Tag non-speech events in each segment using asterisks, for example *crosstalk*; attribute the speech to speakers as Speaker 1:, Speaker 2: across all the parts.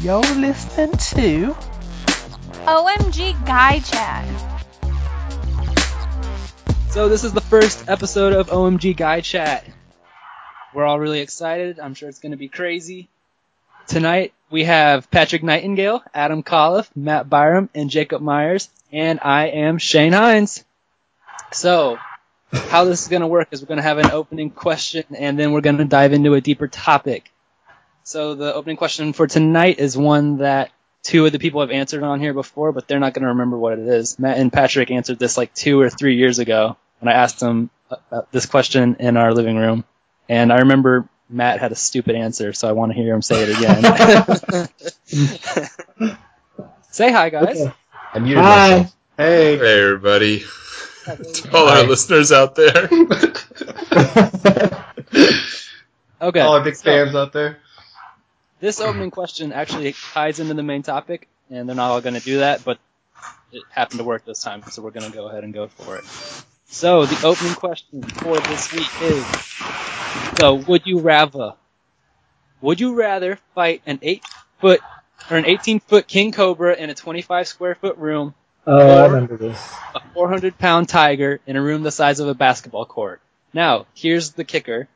Speaker 1: You're listening to
Speaker 2: OMG Guy Chat.
Speaker 3: So this is the first episode of OMG Guy Chat. We're all really excited. I'm sure it's going to be crazy. Tonight we have Patrick Nightingale, Adam Coliff, Matt Byram, and Jacob Myers, and I am Shane Hines. So how this is going to work is we're going to have an opening question and then we're going to dive into a deeper topic. So the opening question for tonight is one that two of the people have answered on here before, but they're not going to remember what it is. Matt and Patrick answered this like two or three years ago when I asked them uh, uh, this question in our living room, and I remember Matt had a stupid answer, so I want to hear him say it
Speaker 4: *laughs*
Speaker 3: again. say hi, guys.
Speaker 5: Okay.
Speaker 4: I muted
Speaker 5: Hi.
Speaker 4: myself.
Speaker 5: Hey.
Speaker 6: Hey everybody. *laughs* to all our listeners out there.
Speaker 3: Okay.
Speaker 5: *laughs*
Speaker 4: Oh,
Speaker 5: All our big
Speaker 3: so-
Speaker 5: fans out there.
Speaker 3: this opening question actually ties into the main topic, and they're not all going to do that, but it happened to work this time, so we're going to go ahead and go for it. So the opening question for this week is: So would you rather? Would you rather fight an eight foot or an eighteen foot king cobra in a twenty five square foot room,
Speaker 5: Oh,
Speaker 3: I
Speaker 5: remember this.
Speaker 3: a four hundred pound tiger in a room the size of a basketball court? Now here's the kicker: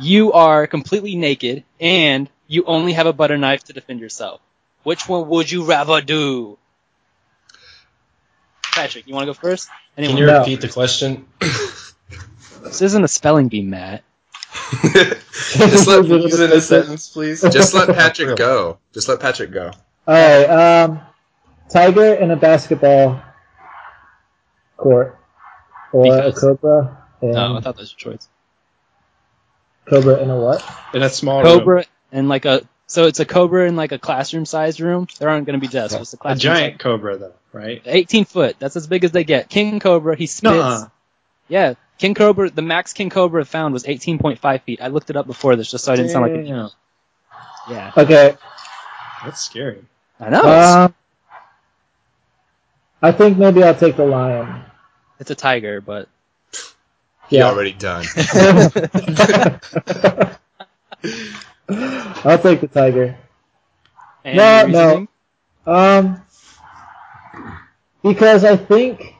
Speaker 3: you are completely naked and you only have a butter knife to defend yourself. Which one would you rather do? Patrick, you want to go first?
Speaker 4: Can
Speaker 3: Anyone?
Speaker 4: you
Speaker 5: No.
Speaker 4: repeat the question?
Speaker 3: This isn't a spelling bee, Matt.
Speaker 6: just
Speaker 4: *laughs*
Speaker 6: let
Speaker 5: Use it in a sentence, please.
Speaker 6: just let Patrick go. Just let Patrick go.
Speaker 5: All right. Um, tiger and a basketball court, or
Speaker 3: Because-
Speaker 5: a cobra and
Speaker 3: No, Oh, I thought that was your choice.
Speaker 5: cobra and a what?
Speaker 4: In a small room.
Speaker 3: Cobra and like a so it's a cobra in like a classroom sized room. There aren't going to be desks. What's the
Speaker 4: A
Speaker 3: classroom?
Speaker 4: giant cobra, though, right?
Speaker 3: size? Eighteen foot. That's as big as they get. King cobra. He spits.
Speaker 4: Nuh-uh.
Speaker 3: Yeah, king cobra. The max king cobra found was eighteen point five feet. I looked it up before this just so I didn't sound like a
Speaker 4: Damn.
Speaker 3: yeah.
Speaker 5: Okay.
Speaker 4: That's scary.
Speaker 3: I know. it's-
Speaker 5: Um, I think maybe I'll take the lion.
Speaker 3: It's a tiger, but
Speaker 6: He
Speaker 5: Yeah.
Speaker 6: already done.
Speaker 5: *laughs* I'll take the tiger.
Speaker 3: and
Speaker 5: No,
Speaker 3: your
Speaker 5: no.
Speaker 3: reasoning?
Speaker 5: Um, because I think.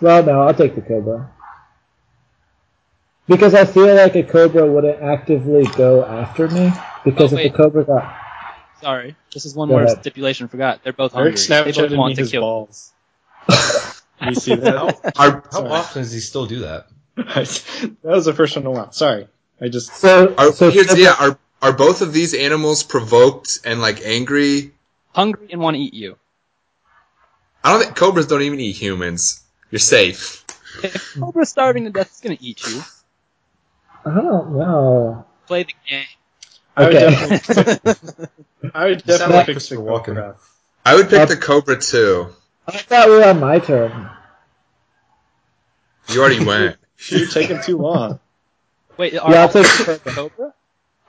Speaker 5: Well, no, I'll take the cobra. Because I feel like a cobra wouldn't actively go after me. Because
Speaker 3: Oh,
Speaker 5: if
Speaker 3: wait.
Speaker 5: the cobra got,
Speaker 3: Sorry, this is one
Speaker 5: Go
Speaker 3: more
Speaker 5: ahead.
Speaker 3: stipulation. Forgot they're both hungry.
Speaker 4: Eric
Speaker 3: They both
Speaker 4: Snapchatted me
Speaker 3: want to
Speaker 4: his
Speaker 3: kill.
Speaker 4: balls. you see that? *laughs*
Speaker 6: Our,
Speaker 4: Sorry.
Speaker 7: often does he still do that?
Speaker 4: that was the first one in a while. Sorry. I just.
Speaker 5: so,
Speaker 6: our,
Speaker 5: so
Speaker 6: here's,
Speaker 5: cobra-
Speaker 6: yeah, are are both of these animals provoked and like angry?
Speaker 3: Hungry and want to eat you.
Speaker 6: I don't think cobras don't even eat humans. You're safe.
Speaker 3: If a cobra's starving to death, it's gonna eat you.
Speaker 5: I don't know.
Speaker 3: Play the game.
Speaker 4: I would
Speaker 5: Okay.
Speaker 4: definitely. I would
Speaker 7: sound
Speaker 4: definitely
Speaker 7: like
Speaker 4: fix the
Speaker 7: Christopher Walken.
Speaker 4: cobra.
Speaker 6: I would pick
Speaker 5: Uh,
Speaker 6: the cobra too.
Speaker 5: I thought we were on my turn.
Speaker 6: You already went.
Speaker 4: You're taking too long.
Speaker 3: Wait, are
Speaker 5: Yeah, I'll
Speaker 3: all
Speaker 5: take
Speaker 3: take
Speaker 5: the cobra.
Speaker 3: cobra?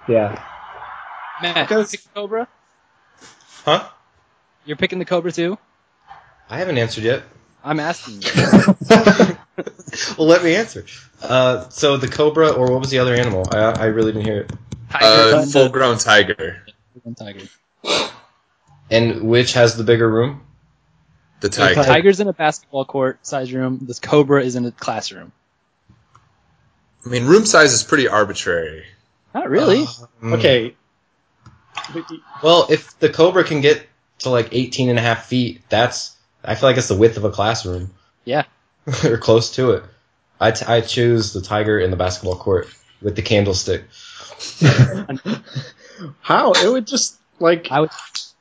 Speaker 5: Yeah.
Speaker 3: Matt,
Speaker 4: Because-
Speaker 3: pick cobra.
Speaker 7: Huh?
Speaker 3: You're picking the cobra too.
Speaker 7: I haven't answered yet.
Speaker 3: I'm asking. You.
Speaker 4: Uh,
Speaker 7: Well, let me answer. Uh, so the cobra, or what was the other animal? I, I really didn't hear it.
Speaker 3: Tiger,
Speaker 6: Uh,
Speaker 3: and
Speaker 6: full grown tiger.
Speaker 3: the- tiger.
Speaker 7: And which has the bigger room?
Speaker 6: The tiger.
Speaker 3: Tiger's in a basketball court size room. This cobra is in a classroom.
Speaker 6: I mean, room size is pretty arbitrary.
Speaker 3: Not really.
Speaker 7: Um,
Speaker 4: Okay. But you-
Speaker 7: Well, if the cobra can get to like 18 and a half feet, that's, I feel like it's the width of a classroom.
Speaker 3: Yeah.
Speaker 7: *laughs* or close to it. I, t- I choose the tiger in the basketball court with the candlestick.
Speaker 4: How? It would just, like,
Speaker 3: I would.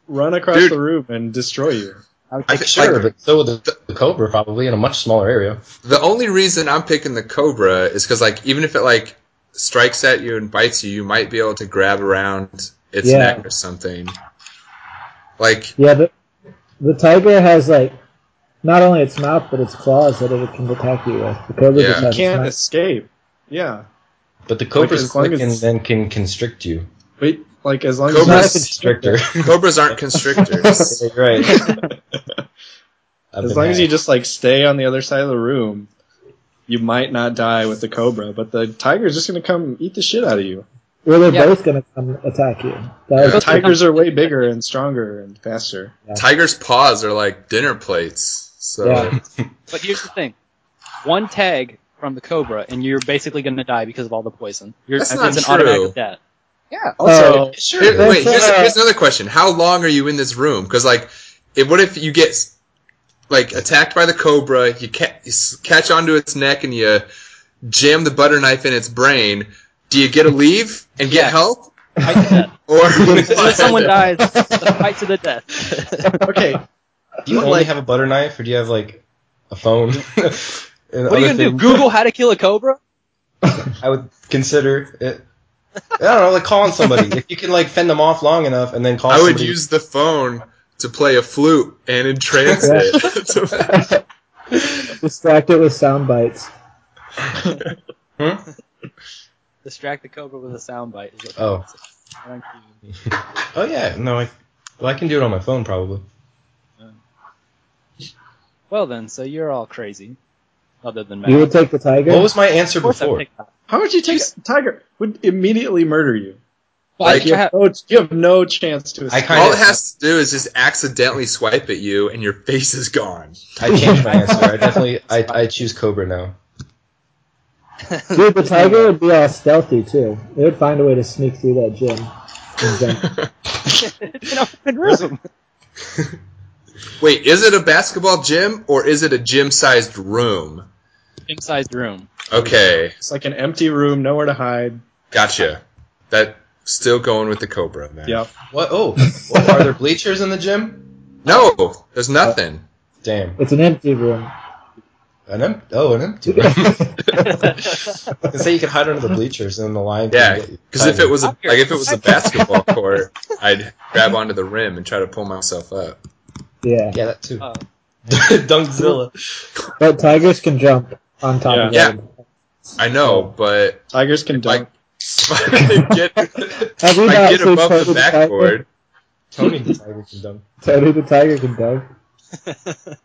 Speaker 4: run across
Speaker 6: Dude.
Speaker 4: the room and destroy you.
Speaker 3: I would
Speaker 6: I
Speaker 3: take
Speaker 6: think
Speaker 7: Sure,
Speaker 6: like,
Speaker 7: but so would the, the cobra probably in a much smaller area.
Speaker 6: The only reason I'm picking the cobra is because, like, even if it like strikes at you and bites you, you might be able to grab around its
Speaker 5: Yeah.
Speaker 6: neck or something. Like,
Speaker 5: Yeah, the, the tiger has, like, not only its mouth, but its claws that it can attack you with. The cobra
Speaker 6: Yeah.
Speaker 5: just has
Speaker 4: Can't
Speaker 5: its mouth.
Speaker 4: escape. Yeah.
Speaker 7: But the cobra's
Speaker 4: as long
Speaker 7: quick and
Speaker 4: as-
Speaker 7: then can constrict you.
Speaker 4: But, like, as long
Speaker 6: Cobra's-
Speaker 4: as
Speaker 5: It's
Speaker 7: Stricter.
Speaker 6: cobras aren't
Speaker 5: *laughs*
Speaker 6: constrictors.
Speaker 7: *laughs* Yeah, right.
Speaker 4: *laughs*
Speaker 7: I've
Speaker 4: as
Speaker 7: been
Speaker 4: long as you
Speaker 7: hacked.
Speaker 4: just like stay on the other side of the room, you might not die with the cobra, but the tiger's just gonna come eat the shit out of you.
Speaker 5: Or they're
Speaker 3: Yeah.
Speaker 5: both going to come attack you.
Speaker 8: Yeah.
Speaker 5: That was,
Speaker 4: Tigers are way bigger and stronger and faster.
Speaker 8: Tiger's paws are like dinner plates. So
Speaker 5: Yeah.
Speaker 3: But here's the thing: one tag from the cobra, and you're basically going to die because of all the poison. You're,
Speaker 8: That's
Speaker 3: it's
Speaker 8: not
Speaker 3: an
Speaker 8: true.
Speaker 3: automatic death.
Speaker 4: Also,
Speaker 8: Here- wait, here's,
Speaker 5: That's, uh,
Speaker 8: here's another question: How long are you in this room? Because like, if, what if you get like attacked by the cobra, you, ca- you s- catch onto its neck, and you jam the butter knife in its brain? Do you get a leave and get
Speaker 3: Yeah.
Speaker 8: help,
Speaker 3: Fight to death.
Speaker 8: or
Speaker 3: Unless someone dies, the fight to the death.
Speaker 7: *laughs* Okay. Do you
Speaker 4: Well,
Speaker 7: only
Speaker 4: like-
Speaker 7: have a butter knife, or do you have like
Speaker 3: *laughs*
Speaker 7: a phone? *laughs* what
Speaker 3: what are you going to do? Google how to kill a cobra?
Speaker 7: I would consider it. I don't know, like calling somebody. if you can like fend them off long enough, and then call.
Speaker 8: I would
Speaker 7: somebody-
Speaker 8: use the phone to play a flute and entrance *laughs* it.
Speaker 5: distract it with sound bites.
Speaker 7: Hmm?
Speaker 3: Distract the cobra with a soundbite. is what-
Speaker 7: Oh, oh yeah. No, I. Well, I can do it on my phone probably.
Speaker 3: Well then, so you're all crazy. Other than Matt.
Speaker 5: You would take the tiger?
Speaker 7: What was my answer
Speaker 3: of course I
Speaker 7: before?
Speaker 3: picked that.
Speaker 4: how would you take s- tiger? Would immediately murder you.
Speaker 8: Like,
Speaker 4: You have no, you have no chance to
Speaker 7: I
Speaker 4: escape.
Speaker 7: kind
Speaker 8: All it
Speaker 7: of.
Speaker 8: has to do is just accidentally swipe at you, and your face is gone.
Speaker 7: I changed
Speaker 3: *laughs*
Speaker 7: my answer. I definitely. I, I choose Cobra now.
Speaker 5: Dude, the tiger would be all stealthy, too. It would find a way to sneak through that gym. and jump.
Speaker 3: it's an open room.
Speaker 8: Wait, is it a basketball gym or is it a gym-sized room?
Speaker 3: Gym-sized room.
Speaker 8: Okay,
Speaker 4: It's like an empty room, nowhere to hide.
Speaker 8: gotcha. That still going with the cobra, man.
Speaker 4: Yep.
Speaker 7: What? Oh, what, are there bleachers in the gym?
Speaker 8: No, there's nothing.
Speaker 7: Damn.
Speaker 5: It's an empty room.
Speaker 7: An em- oh, an
Speaker 3: *laughs*
Speaker 7: empty. room. I can say you could hide under the bleachers and the lion. can
Speaker 8: Yeah,
Speaker 7: get you.
Speaker 8: because if it was a,
Speaker 3: Tiger.
Speaker 8: like if it was a basketball court, I'd grab onto the rim and try to pull myself up.
Speaker 5: Yeah.
Speaker 7: Yeah, that too. *laughs*
Speaker 3: Oh.
Speaker 7: Dunkzilla.
Speaker 5: But tigers can jump on top
Speaker 4: Yeah.
Speaker 5: of
Speaker 8: Yeah.
Speaker 5: them.
Speaker 8: I know, but
Speaker 4: Tigers can dunk.
Speaker 8: like if I get, if
Speaker 5: Have you
Speaker 8: I get
Speaker 5: not seen Tony
Speaker 8: above the
Speaker 5: the Tiger?
Speaker 8: backboard,
Speaker 7: Tony the Tiger can dunk.
Speaker 5: Tony the tiger can dunk.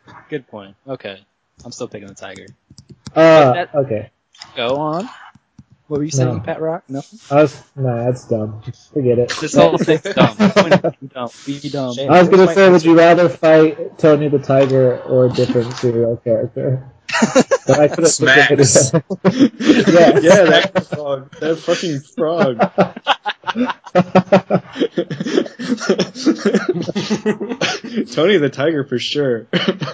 Speaker 3: *laughs* Good point. Okay, I'm still picking the tiger.
Speaker 5: Uh,
Speaker 3: that-
Speaker 5: okay.
Speaker 3: Go on. What were you saying,
Speaker 5: No.
Speaker 3: Pat Rock? Nothing.
Speaker 5: I was, nah, that's dumb. Forget it.
Speaker 3: This whole
Speaker 5: *laughs*
Speaker 3: thing's dumb. dumb. Be dumb. *laughs*
Speaker 7: Shame.
Speaker 5: I was gonna say, would you rather fight Tony the Tiger or a different serial character? But I couldn't think of it.
Speaker 8: Smacks.
Speaker 5: *laughs* yeah,
Speaker 4: yeah, that frog. That fucking
Speaker 8: *laughs*
Speaker 4: frog. Tony the Tiger for sure.
Speaker 3: Max?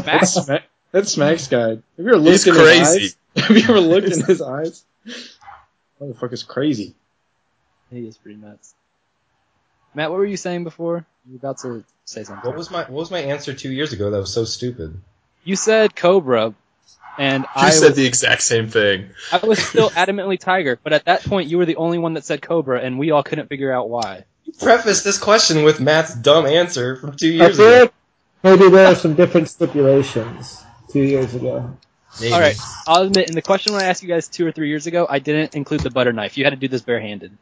Speaker 4: That, smack, that smacks guy. Have you ever looked
Speaker 8: He's
Speaker 4: in
Speaker 8: crazy.
Speaker 4: his eyes? *laughs* Have you ever looked in his eyes? Motherfucker's crazy.
Speaker 3: He is pretty nuts. Matt, what were you saying before? You were about to say something.
Speaker 7: What was my What was my answer two years ago? That was so stupid.
Speaker 3: you said Cobra, and
Speaker 8: you
Speaker 3: I
Speaker 8: said
Speaker 3: was,
Speaker 8: the exact same thing.
Speaker 3: I was still adamantly Tiger, but at that point you were the only one that said Cobra, and we all couldn't figure out why.
Speaker 7: You prefaced this question with Matt's dumb answer from two
Speaker 5: I
Speaker 7: years
Speaker 5: feel
Speaker 7: ago.
Speaker 5: like maybe there are some different stipulations two years ago.
Speaker 7: *laughs* Maybe.
Speaker 3: All right, I'll admit, in the question when I asked you guys two or three years ago, I didn't include the butter knife. You had to do this barehanded.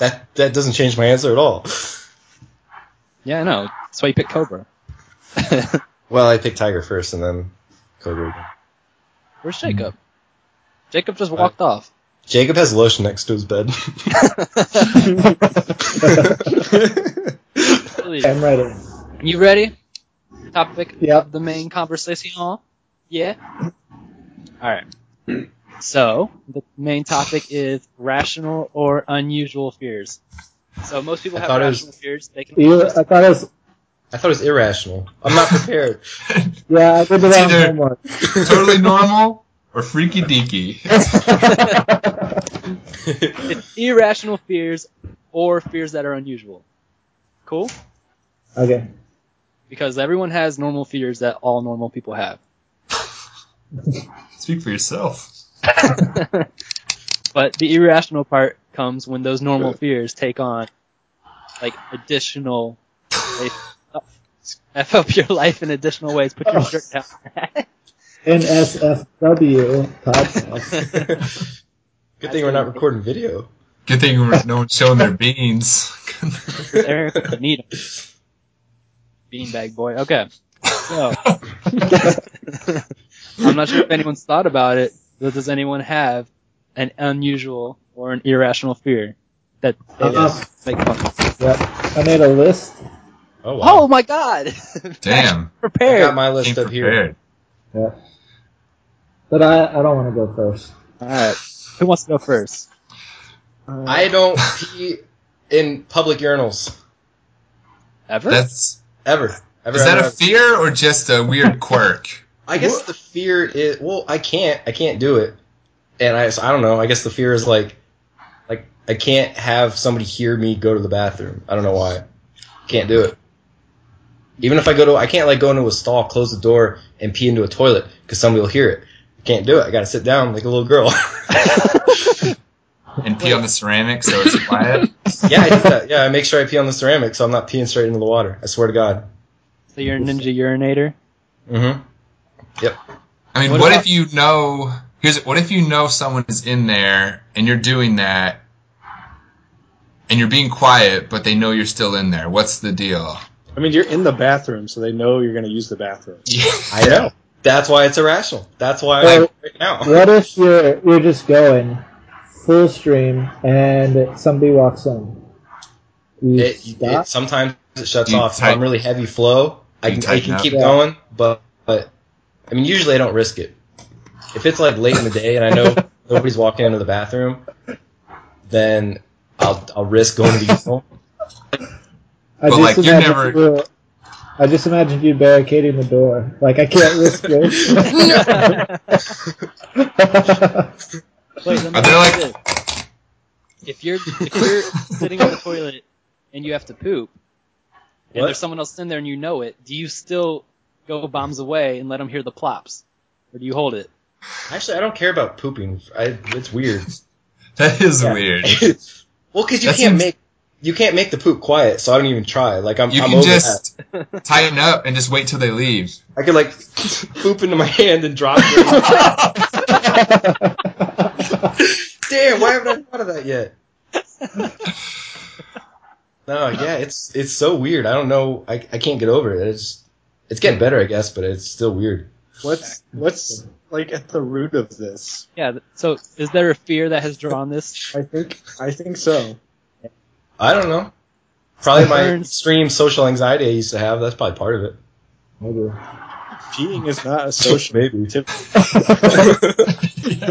Speaker 7: That That doesn't change my answer at all.
Speaker 3: Yeah, I know. That's why you picked Cobra.
Speaker 7: Well, I picked Tiger first, and then Cobra. again.
Speaker 3: Where's Jacob? Jacob just walked off.
Speaker 7: Jacob has lotion next to his bed.
Speaker 5: Okay, I'm ready.
Speaker 3: You ready? Topic
Speaker 5: Yep.
Speaker 3: of the main conversation. Yeah. All right. So the main topic is rational or unusual fears. So most people
Speaker 7: I
Speaker 3: have
Speaker 7: thought it was-
Speaker 3: rational fears. They can.
Speaker 5: You, I thought it was.
Speaker 7: *laughs* I thought it was irrational. I'm not prepared.
Speaker 5: Yeah, I did the wrong
Speaker 8: either-
Speaker 5: homework.
Speaker 8: totally normal or freaky deaky.
Speaker 7: *laughs*
Speaker 3: It's irrational fears or fears that are unusual. Cool.
Speaker 5: Okay.
Speaker 3: Because everyone has normal fears that all normal people have.
Speaker 8: Speak for yourself.
Speaker 3: *laughs* but the irrational part comes when those normal fears take on like additional they f up your life in additional ways. Put your shirt down. *laughs*
Speaker 5: NSFW podcast.
Speaker 7: *laughs* Good thing we're not recording video.
Speaker 8: Good thing no one's showing their beans.
Speaker 3: Eric would need 'em. Beanbag boy. Okay. So *laughs* I'm not sure if anyone's thought about it, but does anyone have an unusual or an irrational fear that they
Speaker 5: Uh-uh.
Speaker 3: make fun of.
Speaker 5: Yep. I made a list.
Speaker 7: Oh wow!
Speaker 3: Oh my god! *laughs*
Speaker 8: Damn.
Speaker 7: I
Speaker 3: Prepared.
Speaker 7: got my list
Speaker 8: Came
Speaker 7: up here.
Speaker 8: prepared.
Speaker 5: Yep. But I, I don't want to go first.
Speaker 3: All right. Who wants to go first?
Speaker 7: I don't pee in public urinals
Speaker 3: Ever? *laughs*
Speaker 8: That's
Speaker 7: ever. Ever.
Speaker 8: is that
Speaker 7: ever,
Speaker 8: a
Speaker 7: ever.
Speaker 8: fear or just a weird quirk?
Speaker 7: I guess the fear is well, I can't, I can't do it, and I, so I don't know. I guess the fear is like, like I can't have somebody hear me go to the bathroom. I don't know why, can't do it. Even if I go to, I can't like go into a stall, close the door, and pee into a toilet because somebody will hear it. I can't do it. I gotta sit down like a little girl. *laughs*
Speaker 8: And pee on the ceramic so it's quiet.
Speaker 7: yeah, I do that. Yeah, I make sure I pee on the ceramic so I'm not peeing straight into the water. I swear to God.
Speaker 3: so you're a ninja *laughs* urinator?
Speaker 7: Mm-hmm.
Speaker 8: I mean,
Speaker 3: What
Speaker 8: what,
Speaker 3: about-
Speaker 8: if you know? Here's what if you know someone is in there and you're doing that, and you're being quiet, but they know you're still in there. What's the deal? *laughs*
Speaker 4: I mean, you're in the bathroom, so they know you're going to use the
Speaker 8: *laughs*
Speaker 4: bathroom.
Speaker 7: I know. That's why it's irrational. That's why I'm
Speaker 5: Well,
Speaker 7: right now.
Speaker 5: What if you're you're just going full stream and somebody walks in? You
Speaker 7: it,
Speaker 5: stop.
Speaker 7: it sometimes it shuts
Speaker 8: You
Speaker 7: off. if
Speaker 8: tight-
Speaker 7: I'm really heavy flow, I
Speaker 8: You
Speaker 7: can, I
Speaker 8: tighten
Speaker 7: can
Speaker 8: up.
Speaker 7: keep
Speaker 5: Yeah.
Speaker 7: going, but, but I mean, usually I don't risk it. If it's like late in the day and
Speaker 8: *laughs*
Speaker 7: I know nobody's walking into the bathroom, then I'll, I'll risk going to the urinal.
Speaker 5: I
Speaker 8: But,
Speaker 5: just
Speaker 8: like, you're
Speaker 5: imagined
Speaker 8: never-
Speaker 5: you were- I just imagined you barricading the door. Like
Speaker 8: *laughs*
Speaker 5: I can't risk this. *laughs*
Speaker 3: *laughs* Wait, let me
Speaker 8: Are they
Speaker 3: ask you this. If you're if you're sitting in the toilet and you have to poop, and
Speaker 7: What?
Speaker 3: there's someone else in there and you know it, do you still go bombs away and let them hear the plops, or do you hold it?
Speaker 7: *laughs* Actually, I don't care about pooping. I,
Speaker 8: *laughs*
Speaker 7: it's weird.
Speaker 8: That is weird.
Speaker 7: well, because you
Speaker 8: That
Speaker 7: can't
Speaker 8: seems-
Speaker 7: make you can't make the poop quiet, so I don't even try. Like *laughs* I'm,
Speaker 8: You
Speaker 7: I'm
Speaker 8: can
Speaker 7: over
Speaker 8: just *laughs*
Speaker 7: *laughs*
Speaker 8: tighten up and just wait till they leave.
Speaker 7: that. I could like *laughs* poop into my hand and drop it.
Speaker 8: *laughs*
Speaker 7: *laughs* Damn, why haven't I thought of that yet? *laughs* No, yeah, it's it's so weird. I don't know. I, I can't get over it. It's it's getting better, I guess, but it's still weird.
Speaker 4: What's what's like at the root of this?
Speaker 3: Yeah. th- So is there a fear that has drawn this?
Speaker 4: I think I think so.
Speaker 7: I don't know. Probably my
Speaker 3: Burns.
Speaker 7: extreme social anxiety I used to have. That's probably part of it.
Speaker 5: Maybe.
Speaker 4: Peeing is not a social
Speaker 7: Maybe.
Speaker 4: activity.
Speaker 8: *laughs*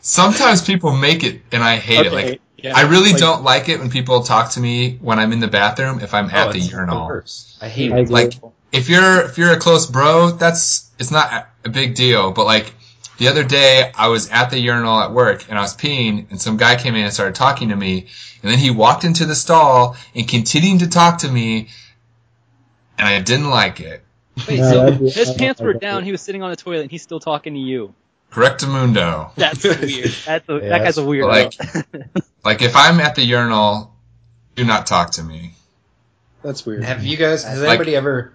Speaker 8: Sometimes people make it, and I hate it. Like
Speaker 4: yeah,
Speaker 8: I really
Speaker 4: like,
Speaker 8: don't like it when people talk to me when I'm in the bathroom if I'm at
Speaker 7: Oh,
Speaker 8: the
Speaker 7: it's the
Speaker 8: urinal.
Speaker 7: worst. I hate
Speaker 5: I agree.
Speaker 8: Like if you're if you're a close bro, that's it's not a- a big deal. But like the other day, I was at the urinal at work and I was peeing, and some guy came in and started talking to me, and then he walked into the stall and continued to talk to me, and I didn't like it.
Speaker 3: Wait,
Speaker 5: No,
Speaker 3: so
Speaker 5: that'd be-
Speaker 3: his
Speaker 5: I-
Speaker 3: pants
Speaker 5: I-
Speaker 3: were
Speaker 5: I-
Speaker 3: down. He was sitting on the toilet and he's still talking to you.
Speaker 8: Correctamundo.
Speaker 3: That's weird. That's a, that guy's
Speaker 7: that's-
Speaker 3: a weirdo. *laughs*
Speaker 8: Like if I'm at the urinal, do not talk to me.
Speaker 4: *laughs* that's weird.
Speaker 7: Have you guys? Has
Speaker 8: Like-
Speaker 7: anybody ever?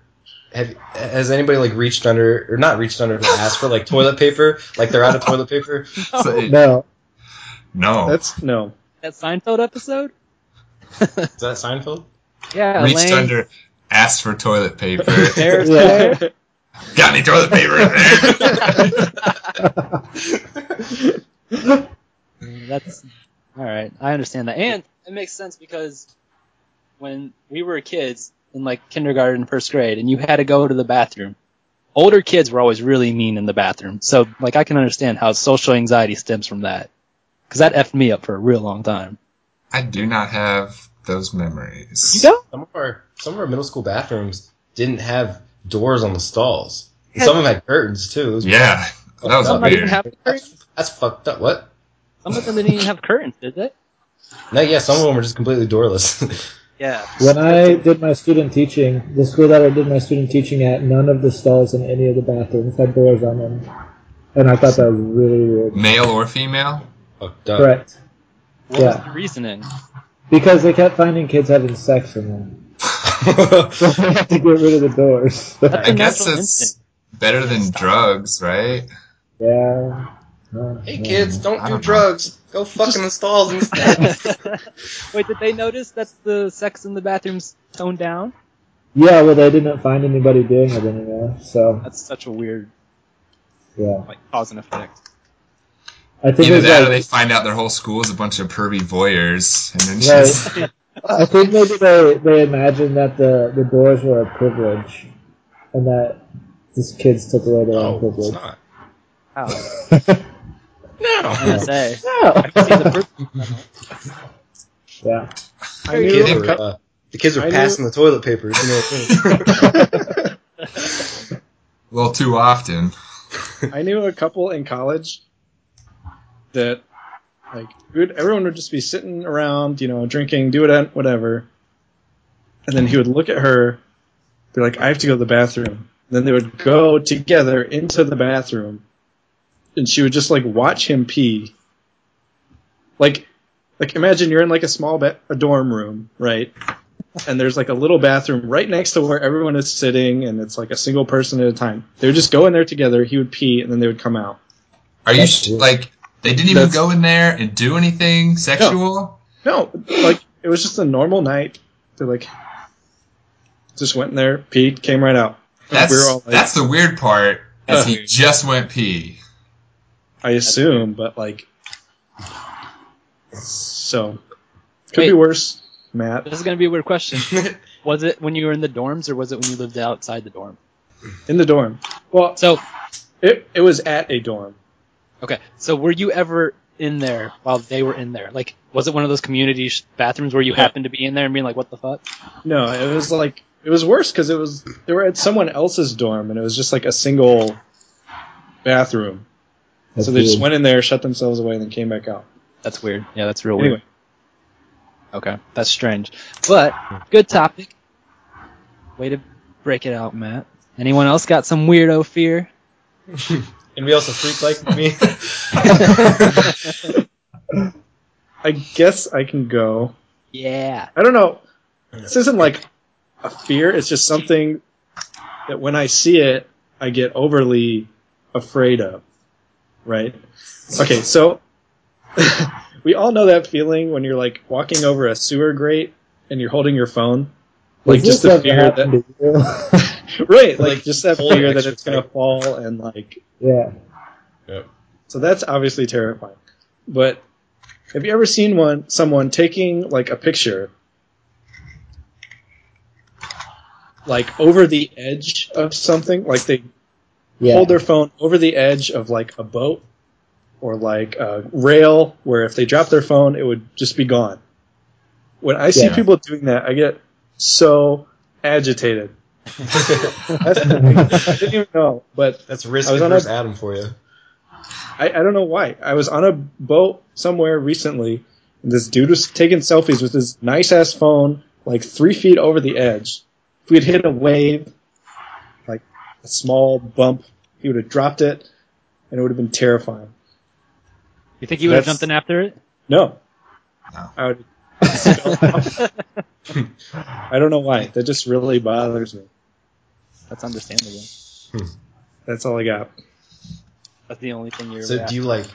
Speaker 7: Have has anybody like reached under or not reached under but asked for like toilet paper? Like they're out of toilet paper.
Speaker 8: So it-
Speaker 5: No.
Speaker 8: no.
Speaker 4: That's no.
Speaker 3: that Seinfeld *laughs* episode?
Speaker 7: Is that Seinfeld?
Speaker 3: Yeah.
Speaker 8: reached
Speaker 3: Elaine,
Speaker 8: under, asked for toilet paper.
Speaker 3: There's
Speaker 5: Yeah.
Speaker 8: *laughs* Got any toilet paper in there?
Speaker 3: Mm, That's all right. I understand that, and it makes sense because when we were kids in like kindergarten, first grade, and you had to go to the bathroom, older kids were always really mean in the bathroom. So like I can understand how social anxiety stems from that, because that effed me up for a real long time.
Speaker 8: I do not have those memories.
Speaker 7: Some of our some of our middle school bathrooms didn't have doors on the stalls. And some of them had curtains too. It was-
Speaker 8: Yeah, that was
Speaker 7: Some
Speaker 3: Some of them didn't
Speaker 8: weird.
Speaker 3: have curtains.
Speaker 7: That's, that's fucked up. What?
Speaker 3: Some of them didn't even have curtains, did they?
Speaker 7: No, yeah, some of them were just completely doorless. *laughs*
Speaker 3: Yeah.
Speaker 5: When I did my student teaching, the school that I did my student teaching at, none of the stalls in any of the bathrooms had doors on them, and I thought that was really weird.
Speaker 8: Male or female?
Speaker 7: fucked
Speaker 8: Uh.
Speaker 7: up.
Speaker 5: Correct.
Speaker 3: What
Speaker 5: Yeah.
Speaker 3: was the reasoning?
Speaker 5: Because they kept finding kids having sex in them. *laughs* So they had to get rid of the doors. *laughs*
Speaker 3: That's
Speaker 8: I
Speaker 3: a
Speaker 8: guess
Speaker 3: natural
Speaker 8: it's
Speaker 3: instinct.
Speaker 8: better than drugs, right?
Speaker 5: yeah. No,
Speaker 7: *laughs* Hey
Speaker 5: no.
Speaker 7: kids, don't
Speaker 8: I
Speaker 7: do
Speaker 8: don't know.
Speaker 7: drugs. Go fuck in the stalls
Speaker 4: *laughs*
Speaker 7: instead.
Speaker 3: *laughs* Wait, did they notice that the sex in the bathrooms toned down?
Speaker 5: Yeah, well, they didn't find anybody doing it anymore, so
Speaker 3: That's such a weird
Speaker 5: yeah.
Speaker 3: like cause and effect.
Speaker 5: I think
Speaker 6: Either
Speaker 5: it's
Speaker 6: that or
Speaker 5: like,
Speaker 6: they find out their whole school is a bunch of pervy voyeurs, and then
Speaker 8: *laughs*
Speaker 5: Right.
Speaker 6: she's
Speaker 5: I think maybe they, they imagined that the, the doors were a privilege, and that these kids took away their own
Speaker 7: No, it's
Speaker 5: privilege.
Speaker 3: *laughs*
Speaker 7: not.
Speaker 3: Oh, I'm
Speaker 7: No.
Speaker 3: gonna say.
Speaker 5: No. *laughs* yeah.
Speaker 4: I
Speaker 7: The
Speaker 4: knew,
Speaker 7: kids were, uh, the kids were
Speaker 4: I knew-
Speaker 7: passing the toilet papers. You know what I
Speaker 4: *laughs*
Speaker 6: *laughs*
Speaker 7: mean?
Speaker 6: a little too often.
Speaker 4: I knew a couple in college that like would, everyone would just be sitting around, you know, drinking, do it whatever, and then he would look at her, be like, "I have to go to the bathroom." And then they would go together into the bathroom, and she would just like watch him pee. Like, like imagine you're in like a small ba- a dorm room, right? and there's like a little bathroom right next to where everyone is sitting, and it's like a single person at a time. They would just go in there together. He would pee, and then they would come out.
Speaker 6: Are you
Speaker 5: That's
Speaker 6: sh-
Speaker 5: weird.
Speaker 6: like they didn't even
Speaker 4: That's-
Speaker 6: go in there and do anything sexual?
Speaker 4: No, like it was just a normal night. They like just went in there, peed, came right out. Like,
Speaker 6: That's
Speaker 4: we were all like,
Speaker 6: that's the weird part. Is he just went pee?
Speaker 4: I assume, but like, so could
Speaker 3: Wait.
Speaker 4: be worse, Matt.
Speaker 3: This is gonna be a weird question. was it when you were in the dorms, or was it when you lived outside the dorm?
Speaker 4: In the dorm. Well,
Speaker 3: So
Speaker 4: it it was at a dorm.
Speaker 3: Okay, so were you ever in there while they were in there? Like, was it one of those community sh- bathrooms where you happened to be in there and being like, "What the fuck?"
Speaker 4: No, it was like it was worse because it was they were at someone else's dorm and it was just like a single bathroom.
Speaker 5: That's
Speaker 4: so they just
Speaker 5: weird.
Speaker 4: went in there, shut themselves away, and then came back out.
Speaker 3: That's weird. Yeah, that's real
Speaker 4: Anyway,
Speaker 3: weird. Okay, that's strange. But good topic. Way to break it out, Matt. Anyone else got some weirdo *laughs* fear?
Speaker 7: Anybody else a freak like me?
Speaker 4: *laughs* I guess I can go.
Speaker 3: Yeah.
Speaker 4: I don't know. This isn't like a fear. It's just something that when I see it, I get overly afraid of. Right? Okay, so *laughs* we all know that feeling when you're like walking over a sewer grate and you're holding your phone. Like
Speaker 5: Does
Speaker 4: just
Speaker 5: this
Speaker 4: the
Speaker 5: ever
Speaker 4: fear
Speaker 5: happen
Speaker 4: that
Speaker 5: to you?
Speaker 4: right, like,
Speaker 7: Like,
Speaker 4: just that
Speaker 7: hold it
Speaker 4: fear that
Speaker 7: extra
Speaker 4: it's gonna
Speaker 7: tight.
Speaker 4: fall and like
Speaker 5: *laughs* yeah.
Speaker 4: so that's obviously terrifying. But have you ever seen one someone taking like a picture like over the edge of something? Like they
Speaker 5: Yeah.
Speaker 4: hold their phone over the edge of like a boat or like a rail where if they drop their phone it would just be gone. When I see
Speaker 5: Yeah.
Speaker 4: people doing that, I get so agitated. That's the thing. I didn't even know, but
Speaker 7: That's
Speaker 4: I
Speaker 7: risk
Speaker 4: was on
Speaker 7: versus
Speaker 4: a-
Speaker 7: Adam for you.
Speaker 4: I, I don't know why. I was on a boat somewhere recently, and this dude was taking selfies with his nice ass phone, like three feet over the edge. If we had hit a wave, like a small bump, he would have dropped it, and it would have been terrifying.
Speaker 3: You think you would have
Speaker 4: That's-
Speaker 3: jumped in after it?
Speaker 4: No.
Speaker 6: No.
Speaker 4: I would. *laughs* I don't know why. That just really bothers me.
Speaker 3: *laughs* That's understandable.
Speaker 4: That's all I got.
Speaker 3: That's the only thing you're.
Speaker 7: So
Speaker 3: at.
Speaker 7: do you like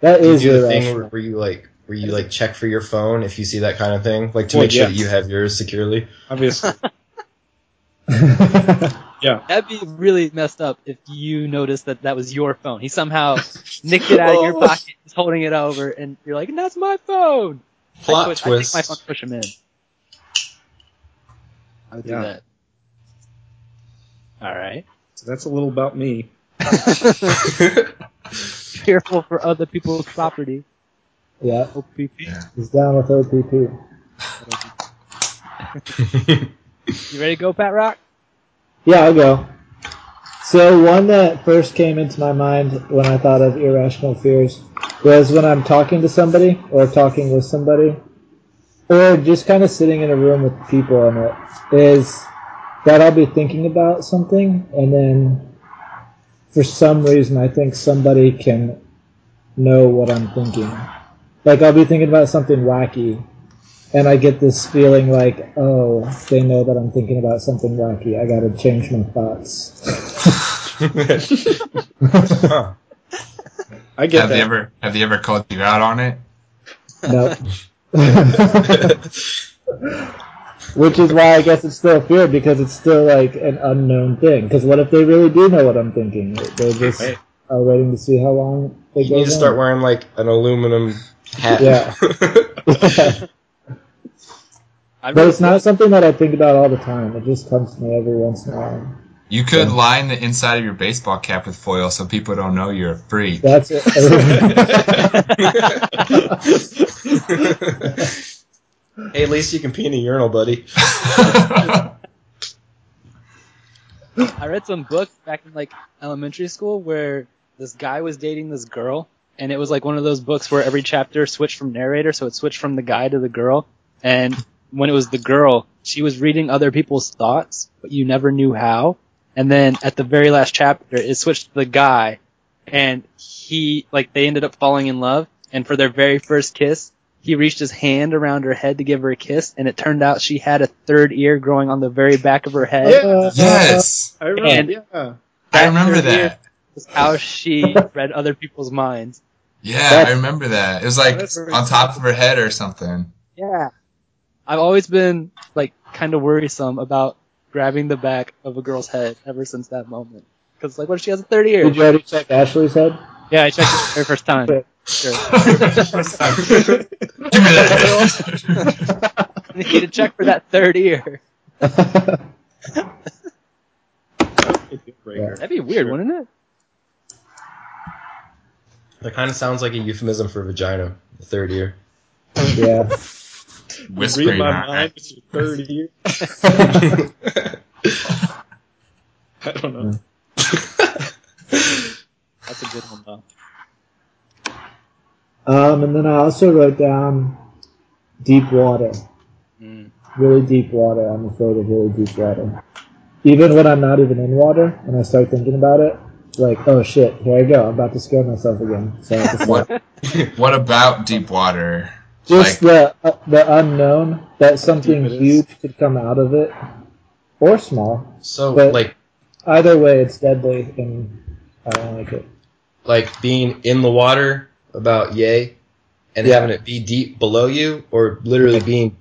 Speaker 5: that
Speaker 7: do you
Speaker 5: is
Speaker 7: do the
Speaker 5: irrational.
Speaker 7: thing where, where you like where you like check for your phone if you see that kind of thing, like to
Speaker 4: Well,
Speaker 7: make sure
Speaker 4: yeah.
Speaker 7: that you have yours securely?
Speaker 4: Obviously.
Speaker 3: That'd be really messed up if you noticed that that was your phone. He somehow nicked it out of your
Speaker 4: Oh.
Speaker 3: pocket, just holding it over, and you're like, "That's my phone."
Speaker 7: Plot
Speaker 3: I push,
Speaker 7: twist.
Speaker 3: I take my phone, and push him in. I would
Speaker 4: Yeah.
Speaker 3: do that. All right.
Speaker 4: so that's a little about me.
Speaker 3: *laughs* Fearful for other people's property.
Speaker 5: yeah.
Speaker 3: OPP.
Speaker 5: He's down with OPP.
Speaker 3: You ready to go, Pat Rock?
Speaker 5: Yeah, I'll go. So one that first came into my mind when I thought of irrational fears was when I'm talking to somebody or talking with somebody or just kind of sitting in a room with people and it is that I'll be thinking about something and then for some reason I think somebody can know what I'm thinking. Like I'll be thinking about something wacky and I get this feeling like, oh, they know that I'm thinking about something wacky. I gotta change my thoughts.
Speaker 7: Huh.
Speaker 4: I get
Speaker 6: Have
Speaker 4: that.
Speaker 6: they ever have they ever called you out on it?
Speaker 7: *laughs*
Speaker 5: Nope. Which is why I guess it's still a fear because it's still like an unknown thing. Because what if they really do know what I'm thinking? They just
Speaker 4: Right.
Speaker 5: uh, waiting to see how long they
Speaker 7: You
Speaker 5: go.
Speaker 7: need to start wearing like an aluminum hat.
Speaker 5: Yeah. but
Speaker 3: I really
Speaker 5: it's not something that I think about all the time. It just comes to me every once in a while.
Speaker 8: You could line the inside of your baseball cap with foil so people don't know you're a freak.
Speaker 5: That's
Speaker 7: *laughs*
Speaker 5: it. *laughs*
Speaker 3: *laughs*
Speaker 7: hey, at least you can pee in a
Speaker 5: *laughs*
Speaker 7: urinal, buddy.
Speaker 3: I read some book back in like elementary school where this guy was dating this girl, and it was like one of those books where every chapter switched from narrator, so it switched from the guy to the girl. And when it was the girl, she was reading other people's thoughts, but you never knew how. And then at the very last chapter, it switched to the guy, and he like they ended up falling in love. And for their very first kiss, he reached his hand around her head to give her a kiss, and it turned out she had a third ear growing on the very back of her head.
Speaker 5: Uh,
Speaker 6: *laughs*
Speaker 8: yes,
Speaker 4: I remember.
Speaker 3: And-
Speaker 4: yeah. *laughs*
Speaker 8: I remember
Speaker 3: third ear
Speaker 8: that.
Speaker 3: was how she read other people's minds.
Speaker 8: Yeah,
Speaker 5: That's-
Speaker 8: I remember that. It was like
Speaker 4: That's very
Speaker 8: on top of her head
Speaker 4: *laughs*
Speaker 8: or something. *laughs*
Speaker 3: Yeah. I've always been like kind of worrisome about grabbing the back of a girl's head ever since that moment. Because like, what if she has a third ear?
Speaker 5: Did you already check Ashley's
Speaker 7: *laughs*
Speaker 5: head?
Speaker 3: Yeah, I checked it the very first *laughs* time.
Speaker 5: Okay.
Speaker 3: Sure.
Speaker 8: First time. Give me that.
Speaker 3: I need to check for that third ear.
Speaker 4: It'd be a breaker.
Speaker 3: That'd be weird, wouldn't it?
Speaker 7: That kind of sounds like a euphemism for vagina. The third ear.
Speaker 5: yeah.
Speaker 8: Whispering.
Speaker 4: Read my
Speaker 8: huh?
Speaker 4: mind with your third ear. *laughs* I don't *laughs* know.
Speaker 3: That's a good one though.
Speaker 5: Um, and then I also wrote down deep water. Really deep water. I'm afraid of really deep water. Even when I'm not even in water and I start thinking about it, like, oh shit, here I go. I'm about to scare myself again. So I have to stop.
Speaker 8: What about deep water? *laughs*
Speaker 5: Just
Speaker 8: Like-
Speaker 5: the, uh, the unknown that something
Speaker 4: deep it is.
Speaker 5: huge could come out of it or small.
Speaker 7: So
Speaker 5: But-
Speaker 7: like
Speaker 5: Either way, it's deadly and I don't like it.
Speaker 7: like being in the water about yay, and
Speaker 5: Yeah.
Speaker 7: having it be deep below you, or literally being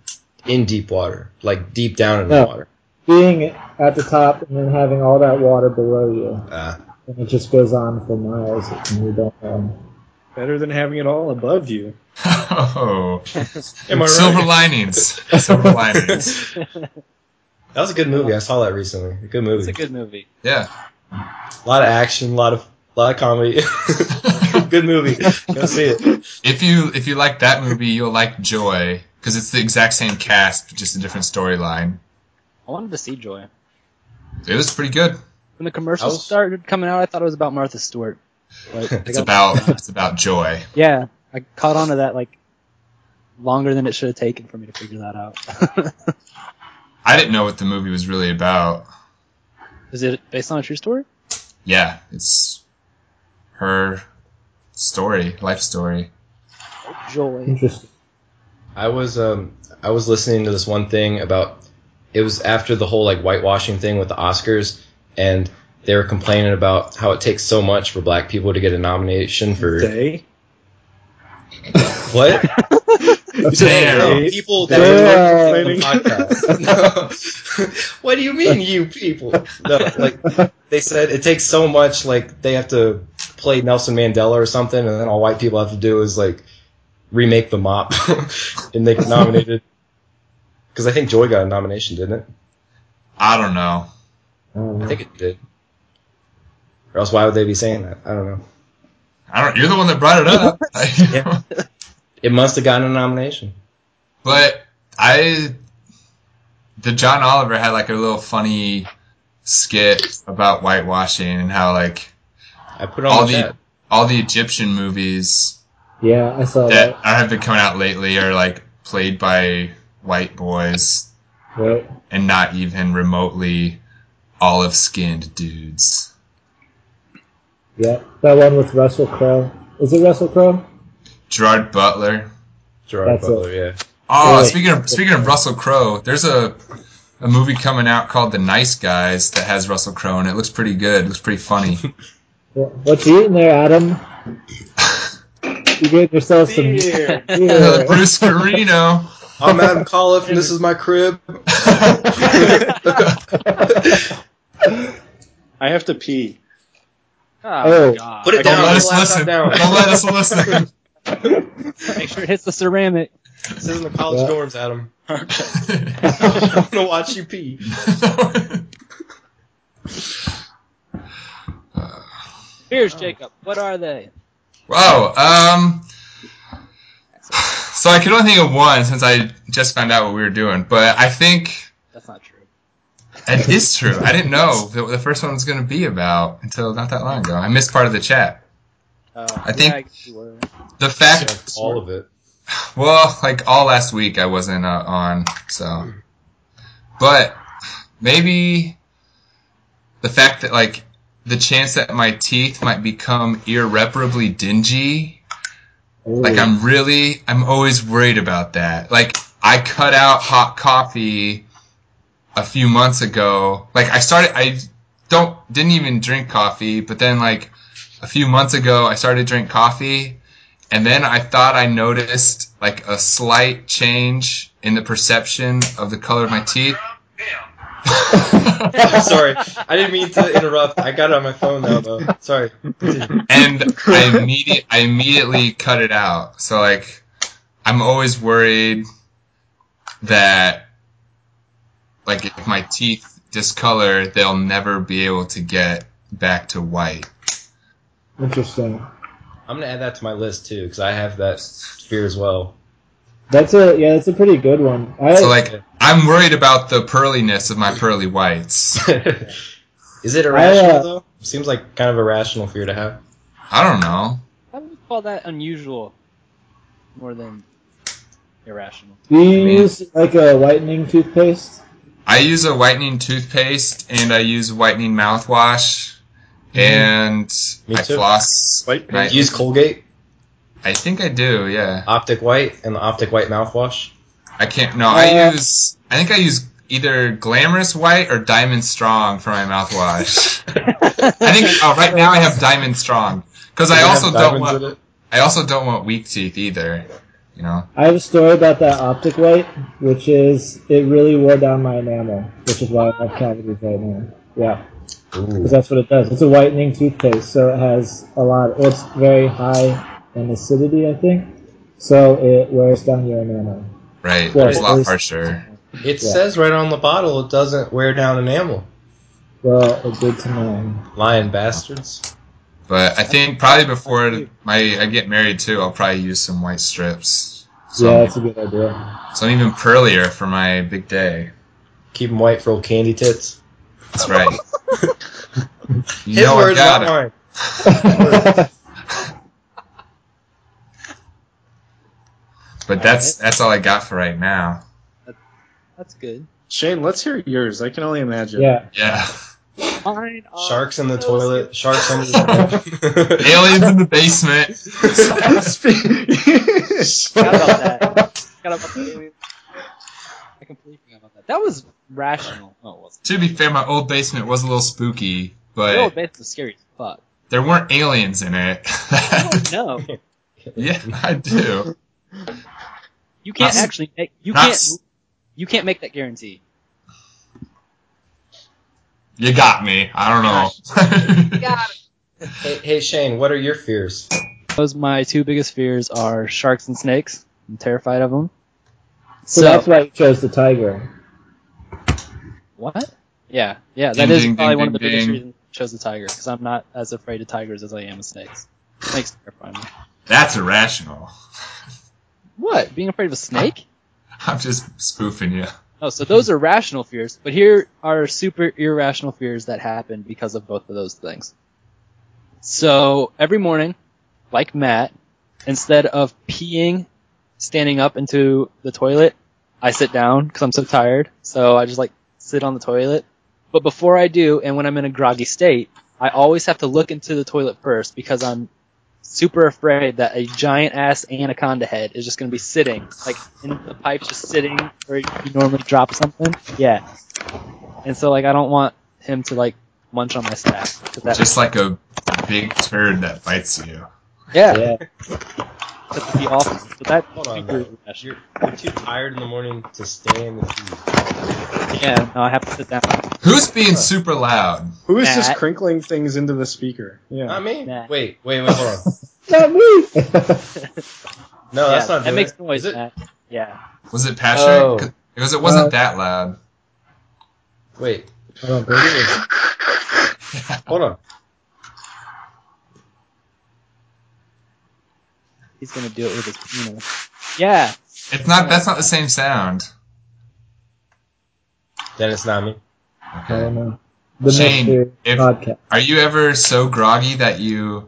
Speaker 7: in deep water, like deep down in
Speaker 5: No.
Speaker 7: the water.
Speaker 5: Being at the top and then having all that water below you.
Speaker 7: Ah.
Speaker 5: And it just goes on for miles and you don't know.
Speaker 4: Better than having it all above you.
Speaker 8: Oh,
Speaker 4: Am I
Speaker 8: silver
Speaker 4: right?
Speaker 8: linings. Silver linings.
Speaker 7: that was a good movie. I saw that recently. A good movie.
Speaker 3: It's a good movie.
Speaker 8: Yeah. *laughs*
Speaker 7: A lot of action, a lot of lot of comedy. *laughs* Good movie. Go see it.
Speaker 8: If you if you like that movie, you'll like Joy because it's the exact same cast, but just a different storyline.
Speaker 3: I wanted to see Joy.
Speaker 8: It was pretty good.
Speaker 3: When the commercials
Speaker 7: House?
Speaker 3: started coming out, I thought it was about Martha Stewart. *laughs* But I
Speaker 8: It's
Speaker 3: got-
Speaker 8: about it's about Joy.
Speaker 3: Yeah, I caught on to that like longer than it should have taken for me to figure that out. *laughs*
Speaker 8: I didn't know what the movie was really about.
Speaker 3: Is it based on a true story?
Speaker 8: Yeah, it's her story, life story.
Speaker 3: Joy.
Speaker 5: Interesting.
Speaker 7: I was um I was listening to this one thing about it was after the whole like whitewashing thing with the Oscars and they were complaining about how it takes so much for black people to get a nomination for
Speaker 4: Day.
Speaker 7: what?
Speaker 8: Damn.
Speaker 4: Day.
Speaker 7: *laughs* people
Speaker 4: They
Speaker 7: that are
Speaker 5: are
Speaker 7: listening to the *laughs* podcast. No. *laughs* what do you mean, you people? No, like they said, it takes so much. Like they have to play Nelson Mandela or something, and then all white people have to do is like remake the mop, *laughs* and they get nominated. Because I think Joy got a nomination, didn't it?
Speaker 8: I don't know.
Speaker 5: Um,
Speaker 7: I think it did. Or else, why would they be saying that? I don't know.
Speaker 8: I don't. You're the one that brought it up.
Speaker 7: Yeah. It must have gotten a nomination.
Speaker 8: *laughs* But I, the John Oliver had like a little funny skit about whitewashing and how like
Speaker 7: I put it
Speaker 8: all
Speaker 7: on the
Speaker 8: the
Speaker 7: chat.
Speaker 8: all the Egyptian movies
Speaker 5: Yeah, I saw
Speaker 8: that
Speaker 5: that.
Speaker 8: have been coming out lately are like played by white boys
Speaker 5: Right.
Speaker 8: and not even remotely olive skinned dudes.
Speaker 5: Yeah. That one with Russell Crowe. Is it Russell Crowe?
Speaker 8: Gerard Butler.
Speaker 7: Gerard
Speaker 5: That's it.
Speaker 7: Butler, yeah.
Speaker 8: Oh,
Speaker 5: Really?
Speaker 8: speaking of speaking of Russell Crowe, there's a a movie coming out called The Nice Guys that has Russell Crowe and it looks pretty good. It looks pretty
Speaker 7: *laughs*
Speaker 8: funny.
Speaker 5: Wh- What you eating there, Adam? You getting yourself some beer.
Speaker 8: Another Uh, *laughs* Bruce
Speaker 7: *laughs*
Speaker 8: Carino.
Speaker 7: I'm Adam Coliff, and this is my crib. *laughs*
Speaker 4: I have to pee.
Speaker 3: Oh,
Speaker 5: Oh.
Speaker 3: God.
Speaker 7: Put it
Speaker 4: Don't
Speaker 7: down.
Speaker 8: let
Speaker 7: put
Speaker 8: us
Speaker 7: the laptop
Speaker 8: listen.
Speaker 7: Down.
Speaker 8: Don't let us
Speaker 7: *laughs*
Speaker 8: listen.
Speaker 3: Make sure it hits the ceramic.
Speaker 7: This isn't the college
Speaker 5: Yeah.
Speaker 7: dorms, Adam. *laughs*
Speaker 4: Okay.
Speaker 7: I'm gonna watch you pee.
Speaker 3: Here's Jacob. What are they?
Speaker 8: wow. Um. So I could only think of one since I just found out what we were doing, but I think
Speaker 3: That's not true.
Speaker 8: it is true. I didn't know that what the first one was going to be about until not that long ago. I missed part of the chat.
Speaker 3: Uh,
Speaker 8: I think-
Speaker 3: yeah, guess you were.
Speaker 8: The fact,
Speaker 7: Yeah, all of it.
Speaker 8: well, like all last week I wasn't uh, on, so. But maybe the fact that like the chance that my teeth might become irreparably dingy Like I'm really, I'm always worried about that. Like I cut out hot coffee a few months ago. Like I started, I don't, didn't even drink coffee, but then like a few months ago I started to drink coffee and then I thought I noticed like a slight change in the perception of the color of my teeth.
Speaker 7: *laughs* Sorry, I didn't mean to interrupt. I got it on my phone now, though. Sorry. Continue. *laughs*
Speaker 8: and I immediate I immediately cut it out. So like I'm always worried that like if my teeth discolor, they'll never be able to get back to white.
Speaker 5: Interesting.
Speaker 7: I'm gonna add that to my list too, because I have that fear as *laughs* well.
Speaker 5: That's a yeah. That's a pretty good one. I
Speaker 8: So like I'm worried about the pearliness of my pearly whites.
Speaker 7: Is it irrational
Speaker 5: I, uh,
Speaker 7: though? Seems like kind of a rational fear to have.
Speaker 8: I don't know.
Speaker 3: I would call that unusual more than irrational.
Speaker 5: do you
Speaker 8: mean-
Speaker 5: use like a whitening toothpaste?
Speaker 8: I use a whitening toothpaste and I use whitening mouthwash and
Speaker 7: Mm-hmm. Me
Speaker 8: I
Speaker 7: too.
Speaker 8: floss.
Speaker 4: White
Speaker 8: I,
Speaker 7: Use Colgate
Speaker 8: I think I do, yeah.
Speaker 7: Optic White and the Optic White mouthwash.
Speaker 8: I can't. No, I
Speaker 5: Uh,
Speaker 8: use. I think I use either Glamorous White or Diamond Strong for my mouthwash. *laughs* I
Speaker 5: *laughs*
Speaker 8: think oh, right now I have Diamond Strong because I
Speaker 7: Does it
Speaker 8: also
Speaker 7: have
Speaker 8: don't
Speaker 7: diamonds
Speaker 8: want.
Speaker 7: in it?
Speaker 8: I also don't want weak teeth either. You know.
Speaker 5: I have a story about that optic white, which is it really wore down my enamel, which is why I have cavities right now. Yeah. because that's what it does. It's a whitening toothpaste, so it has a lot. It's very high in acidity, I think, so it wears down your enamel.
Speaker 8: Right.
Speaker 5: Well,
Speaker 8: There's a lot
Speaker 5: there's-
Speaker 8: harsher.
Speaker 7: It
Speaker 5: Yeah.
Speaker 7: says right on the bottle it doesn't wear down enamel.
Speaker 5: Well, it did to mine.
Speaker 7: Lying bastards.
Speaker 8: But I think probably before my I get married too, I'll probably use some white strips. So,
Speaker 5: Yeah, that's a good
Speaker 8: *laughs*
Speaker 5: idea.
Speaker 8: so I'm even pearlier for my big day.
Speaker 7: Keep them white for old candy tits.
Speaker 8: That's right.
Speaker 5: *laughs*
Speaker 8: you
Speaker 7: His
Speaker 8: know I
Speaker 7: words,
Speaker 8: got
Speaker 7: not
Speaker 8: it.
Speaker 7: mine.
Speaker 8: But that's that's all I got for right now.
Speaker 3: *laughs* That's good.
Speaker 4: Shane, let's hear yours. I can only imagine. *laughs*
Speaker 5: yeah,
Speaker 8: Yeah.
Speaker 3: Mine are
Speaker 7: Sharks in the toilet.
Speaker 3: *laughs*
Speaker 7: Sharks under the
Speaker 4: oh.
Speaker 8: Aliens in the basement.
Speaker 3: Forgot about that. Forgot about the aliens. I completely forgot about that. That was rational. Oh, it wasn't.
Speaker 8: To be fair, my old basement was a little spooky,
Speaker 3: The old
Speaker 8: but
Speaker 3: base was scary as
Speaker 8: *laughs*
Speaker 3: fuck. Oh,
Speaker 8: there weren't aliens in it.
Speaker 3: You don't know.
Speaker 8: yeah, I do.
Speaker 3: You can't
Speaker 8: Not s-
Speaker 3: actually make. You
Speaker 8: not
Speaker 3: can't.
Speaker 8: s-
Speaker 3: You can't make that guarantee.
Speaker 8: You got me. I don't know.
Speaker 2: Got it.
Speaker 7: hey, hey Shane, what are your fears?
Speaker 3: Those my two biggest fears are sharks and snakes. I'm terrified of them.
Speaker 5: so, that's why you chose the tiger.
Speaker 3: What? Yeah, yeah,
Speaker 8: Ding,
Speaker 3: that is
Speaker 8: ding,
Speaker 3: probably
Speaker 8: ding,
Speaker 3: one of the
Speaker 8: ding,
Speaker 3: biggest
Speaker 8: ding.
Speaker 3: reasons I chose the tiger because I'm not as afraid of tigers as I am of snakes. Snakes terrify me.
Speaker 8: *laughs* That's irrational.
Speaker 3: What? Being afraid of a snake?
Speaker 8: I'm just spoofing you.
Speaker 3: Oh, so those are rational fears, but here are super irrational fears that happen because of both of those things. So every morning, like Matt, instead of peeing, standing up into the toilet, I sit down because I'm so tired. So I just like sit on the toilet. But before I do, and when I'm in a groggy state, I always have to look into the toilet first because I'm super afraid that a giant ass anaconda head is just going to be sitting, like in the pipe, just sitting where you normally drop something. Yeah. And so like I don't want him to like munch on my staff. 'cause That,
Speaker 8: Just like a big turd that bites you.
Speaker 3: yeah,
Speaker 5: Yeah,
Speaker 3: that would be awful. So that's
Speaker 7: Hold on,
Speaker 3: super
Speaker 7: though.
Speaker 3: irrational.
Speaker 7: You're, you're too tired in the morning to stand and pee.
Speaker 3: Yeah, no, I have to sit
Speaker 7: *laughs*
Speaker 3: down.
Speaker 8: Who's being super loud?
Speaker 4: Who is just
Speaker 3: Matt.
Speaker 4: crinkling things into the speaker? Yeah.
Speaker 7: *laughs* Not me.
Speaker 3: Nah.
Speaker 7: Wait, wait, wait, hold on.
Speaker 3: *laughs*
Speaker 5: Not me.
Speaker 7: No, that's
Speaker 3: Yeah, That
Speaker 7: not. doing
Speaker 3: makes
Speaker 7: it.
Speaker 3: noise,
Speaker 7: Is it?
Speaker 3: Matt. Yeah.
Speaker 8: Was it Patrick?
Speaker 7: Oh.
Speaker 8: 'Cause- Because it wasn't
Speaker 5: Uh,
Speaker 8: that loud.
Speaker 7: Wait,
Speaker 5: I don't think it is.
Speaker 7: hold on.
Speaker 3: He's gonna do it with his penis. Yeah.
Speaker 8: It's not. That's not the same sound.
Speaker 7: Then it's
Speaker 3: *laughs*
Speaker 7: not me.
Speaker 5: I don't
Speaker 8: Okay.
Speaker 5: know. uh, The uh,
Speaker 8: Shane,
Speaker 5: mystery
Speaker 8: if-
Speaker 5: podcast.
Speaker 8: Are you ever so groggy that you,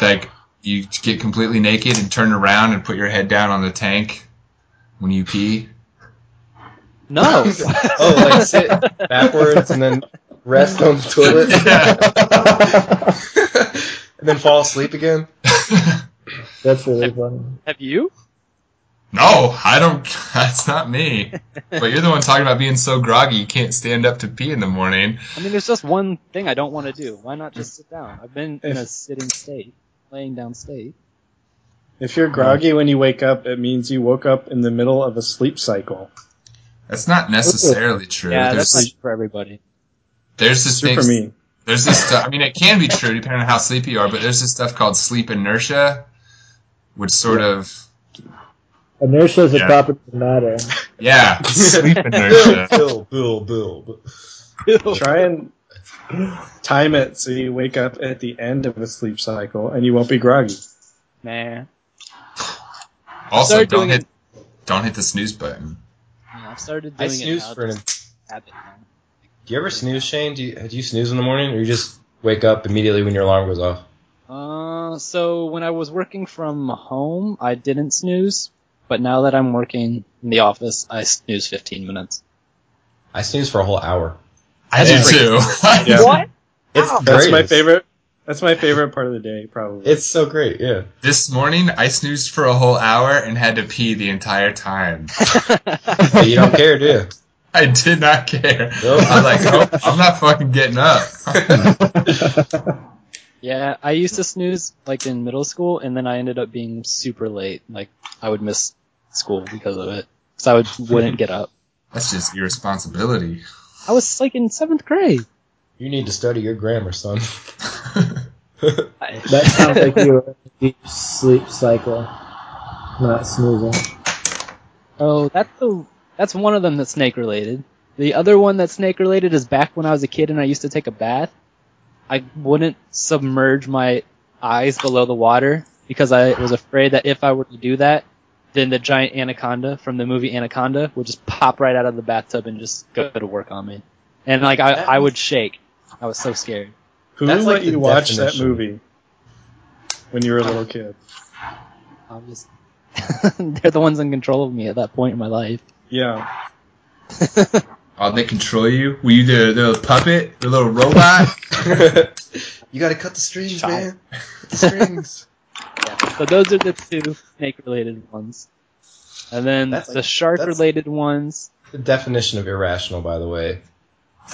Speaker 8: like, you get completely naked and turn around and put your head down on the tank when you pee? *laughs*
Speaker 3: No.
Speaker 7: *laughs* Oh, like sit backwards and then rest on the
Speaker 4: *laughs*
Speaker 7: toilet *laughs* and then fall
Speaker 4: *laughs*
Speaker 7: asleep again.
Speaker 5: That's really funny.
Speaker 3: *laughs* Have you?
Speaker 8: no, I don't. *laughs* That's
Speaker 3: *laughs*
Speaker 8: not me. But you're the one talking about being so groggy you can't stand up to pee in the morning.
Speaker 3: I mean, there's just one thing I don't want to do. Why not just sit down? I've been in a sitting state, laying down state.
Speaker 4: If you're groggy when you wake up, it means you woke up in the middle of a sleep cycle.
Speaker 8: That's not necessarily true.
Speaker 3: Yeah,
Speaker 8: there's
Speaker 3: that's
Speaker 8: this,
Speaker 3: not for
Speaker 7: *laughs*
Speaker 3: everybody.
Speaker 8: there's this
Speaker 4: True
Speaker 8: thing.
Speaker 4: for me.
Speaker 8: There's this stuff. I mean, it
Speaker 3: *laughs*
Speaker 8: can be true depending on how sleepy you are, but there's this stuff called sleep inertia, which sort of
Speaker 5: Inertia is a
Speaker 8: Yeah.
Speaker 5: property of matter.
Speaker 3: *laughs*
Speaker 8: yeah, sleep
Speaker 7: Bill,
Speaker 8: inertia.
Speaker 7: Bill, Bill, Bill. Bill.
Speaker 4: Try and time it so you wake up at the end of a sleep cycle and you won't be groggy.
Speaker 3: Man,
Speaker 8: Also,
Speaker 3: Start
Speaker 8: don't
Speaker 3: doing
Speaker 8: hit don't hit the snooze button.
Speaker 3: yeah, I've started
Speaker 7: I
Speaker 3: doing it
Speaker 7: snooze
Speaker 3: now.
Speaker 7: for an.
Speaker 3: just habit now.
Speaker 7: Do you ever snooze, Shane? Do you, do you snooze in the morning, or you just wake up immediately when your alarm goes off?
Speaker 3: Uh, so when I was working from home, I didn't snooze, but now that I'm working in the office, I snooze 15 minutes.
Speaker 7: I snooze for a whole hour.
Speaker 8: I do *laughs* too.
Speaker 4: Yeah.
Speaker 1: What?
Speaker 7: It's
Speaker 4: That's my
Speaker 7: greatest.
Speaker 4: favorite. That's my favorite part of the day, probably.
Speaker 7: It's so great. Yeah.
Speaker 8: This morning, I snoozed for a whole hour and had to pee the entire time.
Speaker 7: But you don't care, do you? *laughs*
Speaker 8: I did not care.
Speaker 7: Nope.
Speaker 8: I was like, nope, I'm not fucking getting up.
Speaker 3: *laughs*
Speaker 8: *laughs*
Speaker 3: Yeah, I used to snooze like in middle school, and then I ended up being super late. Like I would miss school because of it, because I would wouldn't get up.
Speaker 8: That's just irresponsibility. *laughs*
Speaker 3: I was like in seventh grade.
Speaker 7: You need to study your grammar, son.
Speaker 3: I-
Speaker 5: That sounds like you were in a deep sleep cycle, not snoozing.
Speaker 3: oh, that's the that's one of them that's snake related. The other one that's snake related is back when I was a kid and I used to take a bath. I wouldn't submerge my eyes below the water because I was afraid that if I were to do that, then the giant anaconda from the movie Anaconda would just pop right out of the bathtub and just go to work on me. And like I, I would shake. I was so scared.
Speaker 4: Who
Speaker 7: that's
Speaker 4: let
Speaker 7: like the
Speaker 4: you watch that
Speaker 7: definition.
Speaker 4: movie when you were a little kid?
Speaker 3: I was *laughs* they're the ones in control of me at that point in my life.
Speaker 4: Yeah,
Speaker 8: Oh, they control you? Were you their, their puppet? Their little robot?
Speaker 7: *laughs* you got to cut the strings, man. Cut the strings.
Speaker 3: So those are the two snake related ones. And then
Speaker 7: That's-
Speaker 3: the shark
Speaker 7: that's-
Speaker 3: related ones.
Speaker 7: *laughs* the definition of irrational, by the way.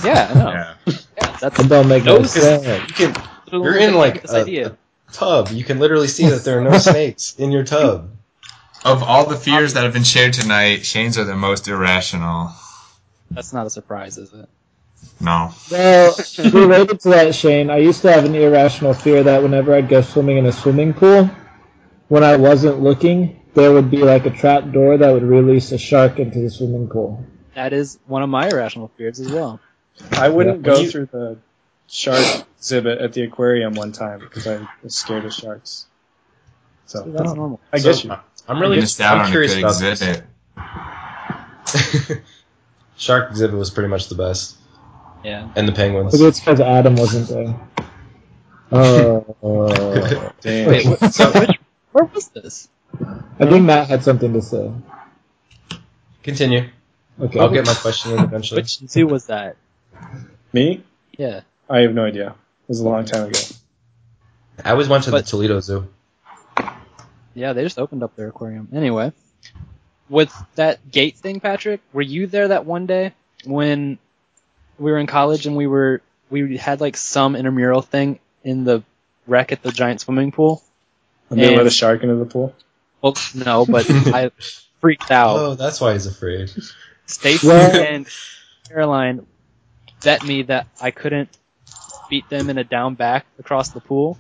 Speaker 3: Yeah, I know.
Speaker 8: Yeah.
Speaker 3: Yeah, that's
Speaker 5: It don't make no
Speaker 3: Those-
Speaker 5: sense.
Speaker 7: You can
Speaker 3: totally
Speaker 7: You're in, like,
Speaker 3: this
Speaker 7: a-
Speaker 3: idea.
Speaker 7: tub. You can literally see that there are
Speaker 3: *laughs*
Speaker 7: no snakes in your tub.
Speaker 8: Of all the fears that have been shared tonight, Shane's are the most irrational.
Speaker 3: That's not a surprise, is it?
Speaker 8: No.
Speaker 5: Well, related to that, Shane, I used to have an irrational fear that whenever I'd go swimming in a swimming pool, when I wasn't looking, there would be like a trap door that would release a shark into the swimming pool.
Speaker 3: That is one of my irrational fears as well.
Speaker 4: I wouldn't go
Speaker 7: You-
Speaker 4: through the shark exhibit at the aquarium one time because I was scared of sharks. So
Speaker 3: That's normal.
Speaker 4: I
Speaker 7: So,
Speaker 4: guess you.
Speaker 7: I'm really
Speaker 8: missed out
Speaker 7: I'm
Speaker 8: on a
Speaker 7: curious
Speaker 8: good
Speaker 7: about this.
Speaker 8: exhibit.
Speaker 7: *laughs* Shark exhibit was pretty much the best,
Speaker 3: Yeah.
Speaker 7: and the penguins. *laughs*
Speaker 5: Maybe it's because Adam wasn't there. Oh,
Speaker 7: Wait, what- so
Speaker 3: Where was this?
Speaker 5: I think Matt had something to say.
Speaker 7: continue.
Speaker 5: Okay,
Speaker 7: I'll get my question in eventually.
Speaker 3: Which zoo was that?
Speaker 4: Me?
Speaker 3: Yeah.
Speaker 4: I have no idea. It was a long time ago.
Speaker 7: I always went to
Speaker 3: But-
Speaker 7: the Toledo Zoo.
Speaker 3: Yeah, they just opened up their aquarium. Anyway, with that gate thing, Patrick, were you there that one day when we were in college and we were we had like some intramural thing in the wreck at the giant swimming pool?
Speaker 4: And they
Speaker 3: And-
Speaker 4: let a shark into the *laughs* pool.
Speaker 3: Well,
Speaker 4: *laughs*
Speaker 3: no, but I freaked out.
Speaker 7: Oh, that's why he's afraid.
Speaker 3: Stacy
Speaker 5: Well-
Speaker 3: and Caroline bet me that I couldn't beat them in a down back across the pool.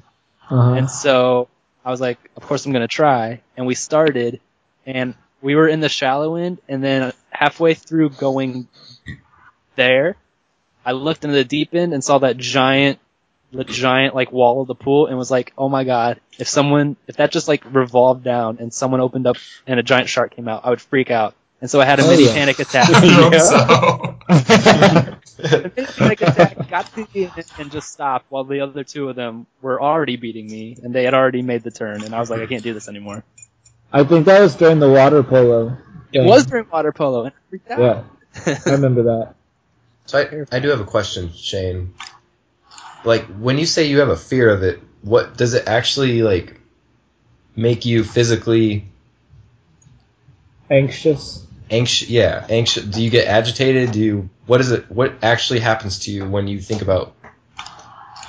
Speaker 5: Uh-huh.
Speaker 3: And so I was like, of course I'm going to try. And we started, and we were in the shallow end, and then halfway through going there, I looked into the deep end and saw that giant, the giant like wall of the pool, and was like, oh my god, if someone, if that just like revolved down and someone opened up and a giant shark came out, I would freak out. And so I had a
Speaker 7: Oh,
Speaker 3: mini
Speaker 7: yeah.
Speaker 3: panic
Speaker 8: *laughs*
Speaker 3: attack.
Speaker 8: *laughs* I hope
Speaker 5: Yeah.
Speaker 7: *laughs*
Speaker 8: so.
Speaker 3: A mini panic attack got to me and- and just stopped while the other two of them were already beating me, and they had already made the turn, and I was like, I can't do this anymore.
Speaker 5: I think that was during the water polo.
Speaker 3: It
Speaker 5: thing.
Speaker 3: was during water polo, and I freaked *laughs* out.
Speaker 5: Yeah, I remember that.
Speaker 7: So I, I do have a question, Shane. Like when you say you have a fear of it, what does it actually like make you physically
Speaker 5: Anxious.
Speaker 7: anxious? Yeah, anxious. Do you get agitated? Do you what is it? What actually happens to you when you think about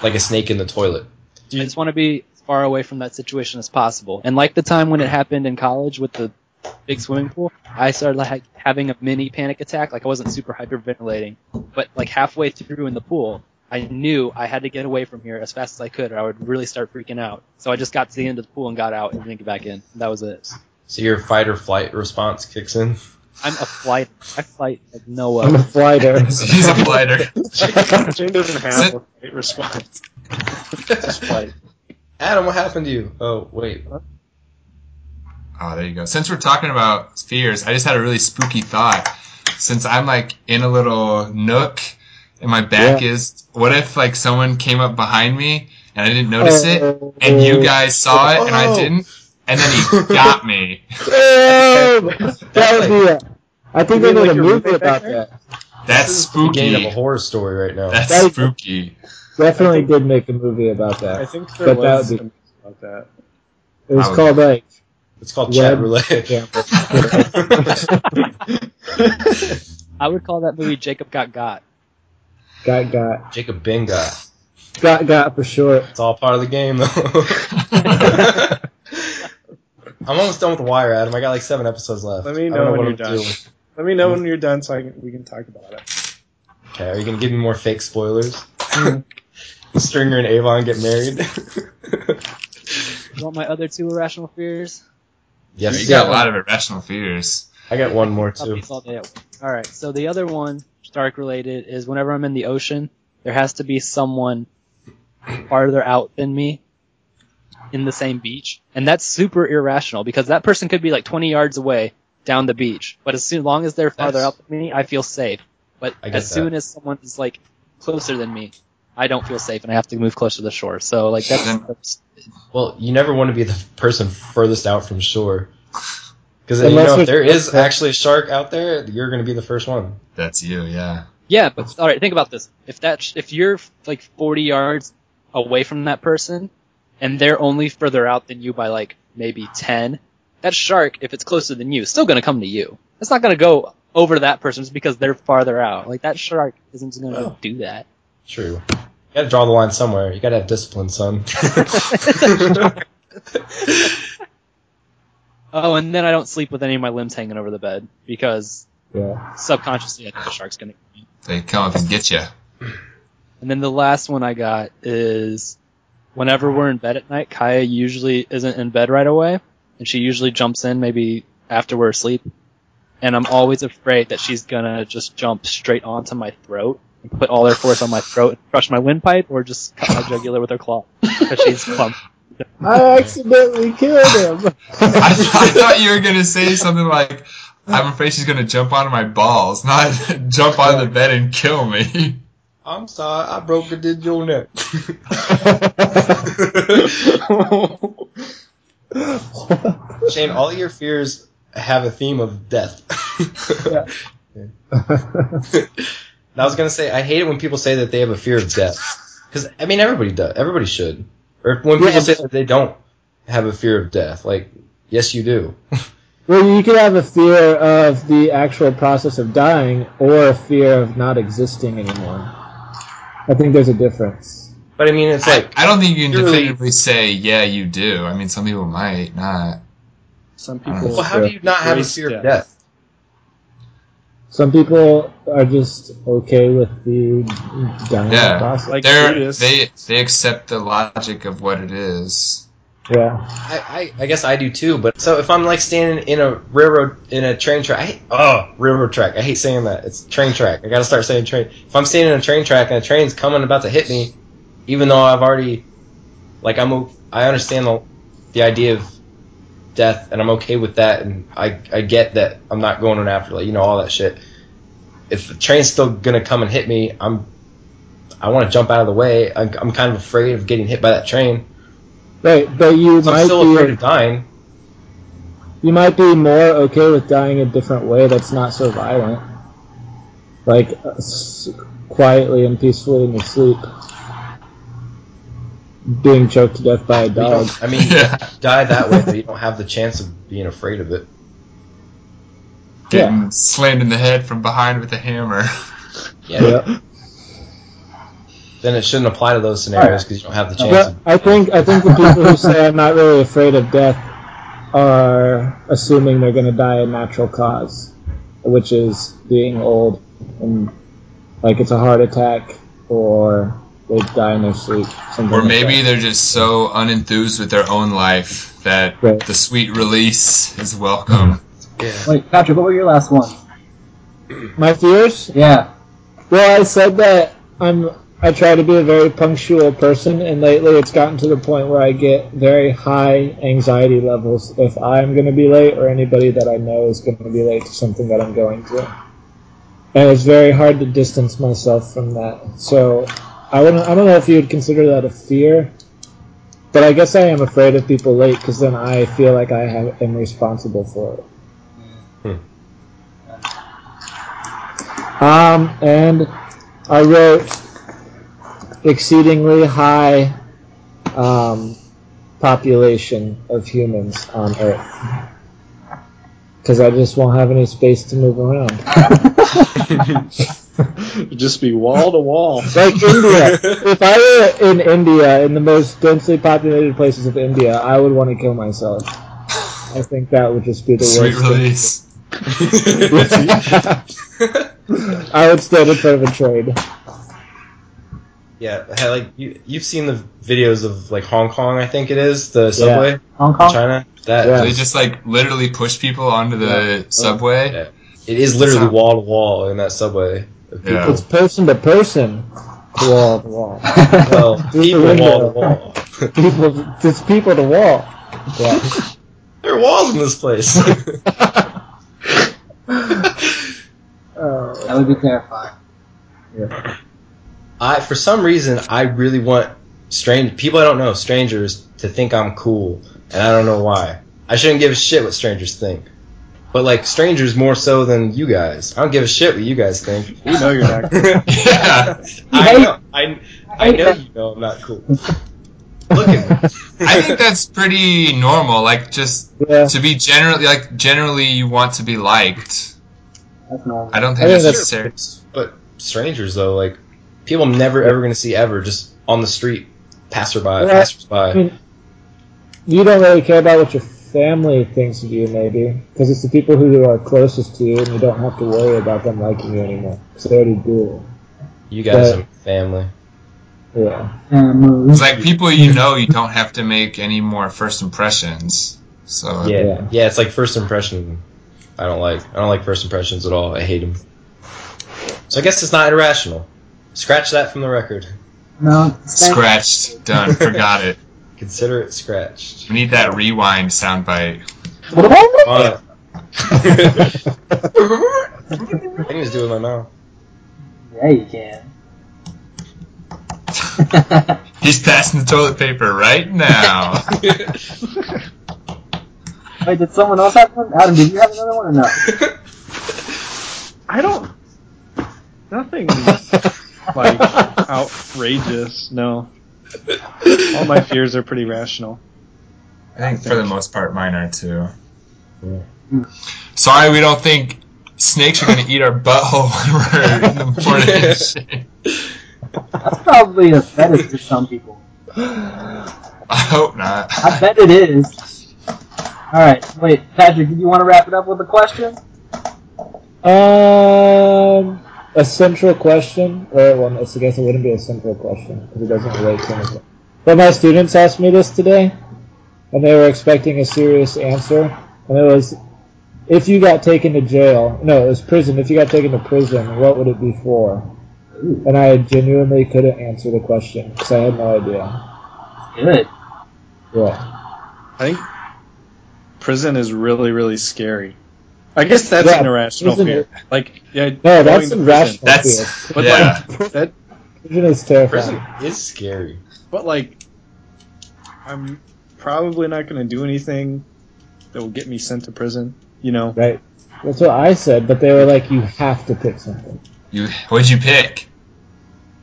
Speaker 7: like a snake in the toilet?
Speaker 4: Do
Speaker 3: I
Speaker 4: you,
Speaker 3: just want to be as far away from that situation as possible. And like the time when it happened in college with the big swimming pool, I started like having a mini panic attack. Like I wasn't super hyperventilating, but like halfway through in the pool, I knew I had to get away from here as fast as I could, or I would really start freaking out. So I just got to the end of the pool and got out and didn't get back in. That was it.
Speaker 7: So your fight or flight response kicks in.
Speaker 3: I'm a flight. I flight like no
Speaker 5: I'm a
Speaker 3: other.
Speaker 5: flighter.
Speaker 8: He's a
Speaker 7: *laughs*
Speaker 8: blighter.
Speaker 4: Shane doesn't have a great response. Just
Speaker 7: *laughs*
Speaker 4: like,
Speaker 7: Adam, what happened to you? Oh wait,
Speaker 8: Oh, there you go. Since we're talking about fears, I just had a really spooky thought. Since I'm like in a little nook and my back is, what if like someone came up behind me and I didn't notice it
Speaker 5: Oh.
Speaker 8: and you guys saw it and I
Speaker 7: Oh.
Speaker 8: didn't and then *laughs* he got me?
Speaker 5: Boom! That would be. A, I think
Speaker 4: You
Speaker 5: they
Speaker 4: mean
Speaker 5: made
Speaker 4: like
Speaker 5: a
Speaker 4: your
Speaker 5: movie
Speaker 4: roommate back
Speaker 5: about
Speaker 4: there?
Speaker 5: that.
Speaker 8: That's
Speaker 7: this is the beginning of a
Speaker 8: spooky.
Speaker 7: horror story right now.
Speaker 8: That's *laughs*
Speaker 5: That-
Speaker 8: spooky.
Speaker 5: Definitely
Speaker 4: I think-
Speaker 5: did make a movie about
Speaker 4: I
Speaker 5: that.
Speaker 4: think there
Speaker 5: But that
Speaker 4: was
Speaker 5: would
Speaker 4: a movie about that.
Speaker 5: It was
Speaker 8: I would-
Speaker 5: called like.
Speaker 7: It's called
Speaker 5: Yeah.
Speaker 7: chat roulette.
Speaker 5: Yeah.
Speaker 3: I would call that movie Jacob Got Got.
Speaker 5: Got got
Speaker 7: Jacob Benga.
Speaker 5: got got for short.
Speaker 7: It's all part of the
Speaker 8: *laughs*
Speaker 7: game, though. I'm almost done with the wire, Adam. I got like seven episodes left.
Speaker 4: Let me
Speaker 7: I don't
Speaker 4: know when
Speaker 7: what
Speaker 4: you're
Speaker 7: I'm
Speaker 4: done.
Speaker 7: doing.
Speaker 4: Let me know when you're done so I can, we can talk about it.
Speaker 7: Okay, are you gonna give me more fake spoilers?
Speaker 4: Mm-hmm.
Speaker 7: *laughs* Stringer and Avon get
Speaker 8: *laughs*
Speaker 7: married.
Speaker 3: You want my other two irrational fears?
Speaker 7: yes,
Speaker 8: You got a lot of irrational fears.
Speaker 7: I got one more
Speaker 3: I'll
Speaker 7: too.
Speaker 3: be all day at work. All right. So the other one, dark related, is whenever I'm in the ocean, there has to be someone farther out than me in the same beach, and that's super irrational because that person could be like 20 yards away down the beach, but as soon, long as they're farther
Speaker 7: That's-
Speaker 3: out than me, I feel safe. But
Speaker 7: I
Speaker 3: as
Speaker 7: get that.
Speaker 3: soon as someone is like closer than me, I don't feel safe, and I have to move closer to the shore. So like that's,
Speaker 8: Then-
Speaker 3: that's
Speaker 7: Well, you never want to be the person furthest out from shore, because you
Speaker 5: Unless
Speaker 7: know if
Speaker 5: we're-
Speaker 7: there is actually a shark out there, you're gonna be the first one.
Speaker 8: That's you, yeah.
Speaker 3: Yeah, but all right, think about this. If that sh- if you're like 40 yards away from that person and they're only further out than you by like maybe 10, that shark if it's closer than you is still going to come to you. It's not going to go over that person just because they're farther out. Like that shark isn't going to
Speaker 7: Oh.
Speaker 3: do that.
Speaker 7: True. You gotta draw the line somewhere. You gotta have discipline, son.
Speaker 3: Oh, and then I don't sleep with any of my limbs hanging over the bed because
Speaker 5: Yeah.
Speaker 3: subconsciously I think the shark's going to
Speaker 8: They come up and get you.
Speaker 3: And then the last one I got is whenever we're in bed at night, Kaya usually isn't in bed right away, and she usually jumps in maybe after we're asleep. And I'm always afraid that she's gonna just jump straight onto my throat and put all her force on my throat and crush my windpipe or just cut my jugular with her claw because she's plump.
Speaker 5: I accidentally killed him.
Speaker 8: *laughs* I, th- I thought you were gonna say something like, "I'm afraid she's gonna jump onto my balls, *laughs* not jump onto the bed and kill me."
Speaker 7: I'm sorry, I broke a digital neck. *laughs* Shane, all your fears have a theme of death.
Speaker 5: Yeah.
Speaker 7: And I was gonna say, I hate it when people say that they have a fear of death, because I mean everybody does. Everybody should. Or when people
Speaker 5: Yeah.
Speaker 7: say that they don't have a fear of death, like yes, you do.
Speaker 5: *laughs* well, you could have a fear of the actual process of dying, or a fear of not existing anymore. I think there's a difference.
Speaker 7: But I mean, it's
Speaker 8: I,
Speaker 7: like
Speaker 8: I don't think you can
Speaker 7: Surely-
Speaker 8: definitively say, "Yeah, you do." I mean, some people might not.
Speaker 4: Some
Speaker 8: I don't
Speaker 4: people.
Speaker 7: well, how do you not have a
Speaker 4: Race
Speaker 7: fear of
Speaker 4: death.
Speaker 7: death?
Speaker 5: Some people are just okay with the down
Speaker 8: Yeah.
Speaker 5: process.
Speaker 4: Like
Speaker 8: They're,
Speaker 4: Judas.
Speaker 8: they they accept the logic of what it is.
Speaker 5: yeah.
Speaker 7: I, I, I guess I do too, but so if I'm like standing in a railroad in a train track, I hate, oh railroad track. I hate saying that. It's train track. I gotta start saying train. If I'm standing in a train track and a train's coming about to hit me, even though I've already like I'm o- I understand the the idea of death and I'm okay with that and I I get that I'm not going in after like you know all that shit. If the train's still gonna come and hit me, I'm I want to jump out of the way. I'm, I'm kind of afraid of getting hit by that train.
Speaker 5: Right, but you
Speaker 7: So I'm
Speaker 5: might
Speaker 7: still
Speaker 5: be
Speaker 7: afraid of dying.
Speaker 5: you might be more okay with dying a different way that's not so violent, like uh, s- quietly and peacefully in your sleep, being choked to death by a
Speaker 7: You
Speaker 8: *laughs*
Speaker 5: dog.
Speaker 7: don't- I mean,
Speaker 8: Yeah.
Speaker 7: die that way, but you don't have the chance of being afraid of it.
Speaker 8: Getting slammed in the head from behind with a hammer.
Speaker 7: Yeah. Then it shouldn't apply to those scenarios because you don't have the chance.
Speaker 5: But
Speaker 7: Of,
Speaker 5: I think I think the people who say I'm not really afraid of death are assuming they're going to die a natural cause, which is being old and like it's a heart attack or they die in their sleep. something
Speaker 8: Or
Speaker 5: *laughs* like
Speaker 8: maybe
Speaker 5: that.
Speaker 8: they're just so unenthused with their own life that
Speaker 5: Right.
Speaker 8: the sweet release is welcome.
Speaker 9: Wait, Patrick, what were your last ones?
Speaker 5: my fears.
Speaker 9: Yeah.
Speaker 5: Well, I said that I'm. I try to be a very punctual person, and lately it's gotten to the point where I get very high anxiety levels if I'm going to be late or anybody that I know is going to be late to something that I'm going to. And it's very hard to distance myself from that. So I wouldn't. I don't know if you would consider that a fear, but I guess I am afraid of people late because then I feel like I have, am responsible for it. Um, and I wrote exceedingly high um, population of humans on Earth because I just won't have any space to move around.
Speaker 4: It'd *laughs* just be wall to wall.
Speaker 5: Like India, if I were in India, in the most densely populated places of India, I would want to kill myself. I think that would just be the
Speaker 8: Sweet
Speaker 5: worst. thing.
Speaker 8: release.
Speaker 5: *laughs*
Speaker 8: *laughs*
Speaker 5: I would stand in front of a train.
Speaker 7: *laughs* yeah, I- like you, you've seen the videos of like Hong Kong, I think it is the subway in
Speaker 9: Hong Kong?
Speaker 7: China. That
Speaker 5: Yeah.
Speaker 8: They just like literally push people onto the subway.
Speaker 7: Yeah. it is literally
Speaker 8: Sound.
Speaker 7: wall to wall in that subway. Of
Speaker 8: Yeah.
Speaker 7: people,
Speaker 5: It's person to person, wall to
Speaker 9: *laughs*
Speaker 5: wall.
Speaker 7: well, people wall to wall.
Speaker 5: people it's people to wall. Yeah. *laughs*
Speaker 7: There are walls in this place. *laughs*
Speaker 9: That would be terrifying.
Speaker 7: I for some reason I really want strange people I don't know, strangers, to think I'm cool, and I don't know why. I shouldn't give a shit what strangers think, but like strangers more so than you guys. I don't give a shit what you guys think. *laughs*
Speaker 4: You know you're not.
Speaker 8: Yeah.
Speaker 7: I know, I, I know you know I'm not cool. Look at me.
Speaker 4: *laughs*
Speaker 8: I think that's pretty normal. Like just
Speaker 5: Yeah.
Speaker 8: to be generally like generally you want to be liked.
Speaker 9: That's normal.
Speaker 8: I don't
Speaker 5: I
Speaker 8: think
Speaker 5: think
Speaker 8: that's
Speaker 5: that's-
Speaker 8: necessary.
Speaker 7: But strangers though, like people I'm never ever gonna see ever, just on the street, passerby,
Speaker 5: I
Speaker 7: passersby.
Speaker 5: mean, you don't really care about what your family thinks of you, maybe, because it's the people who are closest to you, and you don't have to worry about them liking you anymore. Because they already do.
Speaker 7: You guys
Speaker 5: but-
Speaker 7: are family.
Speaker 5: Yeah.
Speaker 9: Family.
Speaker 8: It's like people you know you don't have to make any more first impressions. So
Speaker 7: Yeah,
Speaker 5: Yeah.
Speaker 7: yeah, It's like first impression. I don't like. I don't like first impressions at all. I hate them. So I guess it's not irrational. Scratch that from the record.
Speaker 9: No. Scratch.
Speaker 8: scratched, done, forgot it.
Speaker 7: Consider it scratched.
Speaker 8: We need that rewind soundbite.
Speaker 7: Uh, *laughs* I can just do it with my mouth.
Speaker 9: Yeah, you can. *laughs*
Speaker 8: He's passing the toilet paper right now.
Speaker 5: *laughs*
Speaker 9: Wait, did someone else have one? Adam, did you have another one
Speaker 7: *laughs*
Speaker 9: or no?
Speaker 4: I don't.
Speaker 8: *laughs*
Speaker 4: Nothing like outrageous. No, all my fears are pretty rational.
Speaker 8: I think for the most part, mine are too.
Speaker 7: Yeah.
Speaker 8: Sorry, we don't think snakes are going to eat our butthole when we're in the morning. and shit.
Speaker 9: *laughs* That's probably a fetish to some people.
Speaker 8: I hope not.
Speaker 9: I bet it is. All right, wait, Patrick, did you want to wrap it up with a question?
Speaker 5: Um, a central question, or well, I guess it wouldn't be a central question because it doesn't relate to anything. But my students asked me this today, and they were expecting a serious answer, and it was, if you got taken to jail, no, it was prison. If you got taken to prison, what would it be for? And I genuinely couldn't answer the question because I had no idea.
Speaker 9: Good.
Speaker 5: Yeah,
Speaker 4: I think prison is really, really scary. I guess that's
Speaker 5: Yeah,
Speaker 4: an irrational
Speaker 5: prison
Speaker 4: fear.
Speaker 5: is-
Speaker 4: Like, yeah,
Speaker 5: no,
Speaker 4: going
Speaker 5: that's
Speaker 4: to prison.
Speaker 5: irrational. fear.
Speaker 8: That's
Speaker 4: But
Speaker 8: yeah.
Speaker 4: like, that,
Speaker 5: Prison is terrifying.
Speaker 7: Prison is scary.
Speaker 4: but like, I'm probably not going to do anything that will get me sent to prison. You
Speaker 7: *laughs*
Speaker 4: know, *laughs*
Speaker 5: Right. That's what I said, but they were like, you have to pick something.
Speaker 8: You what'd you pick?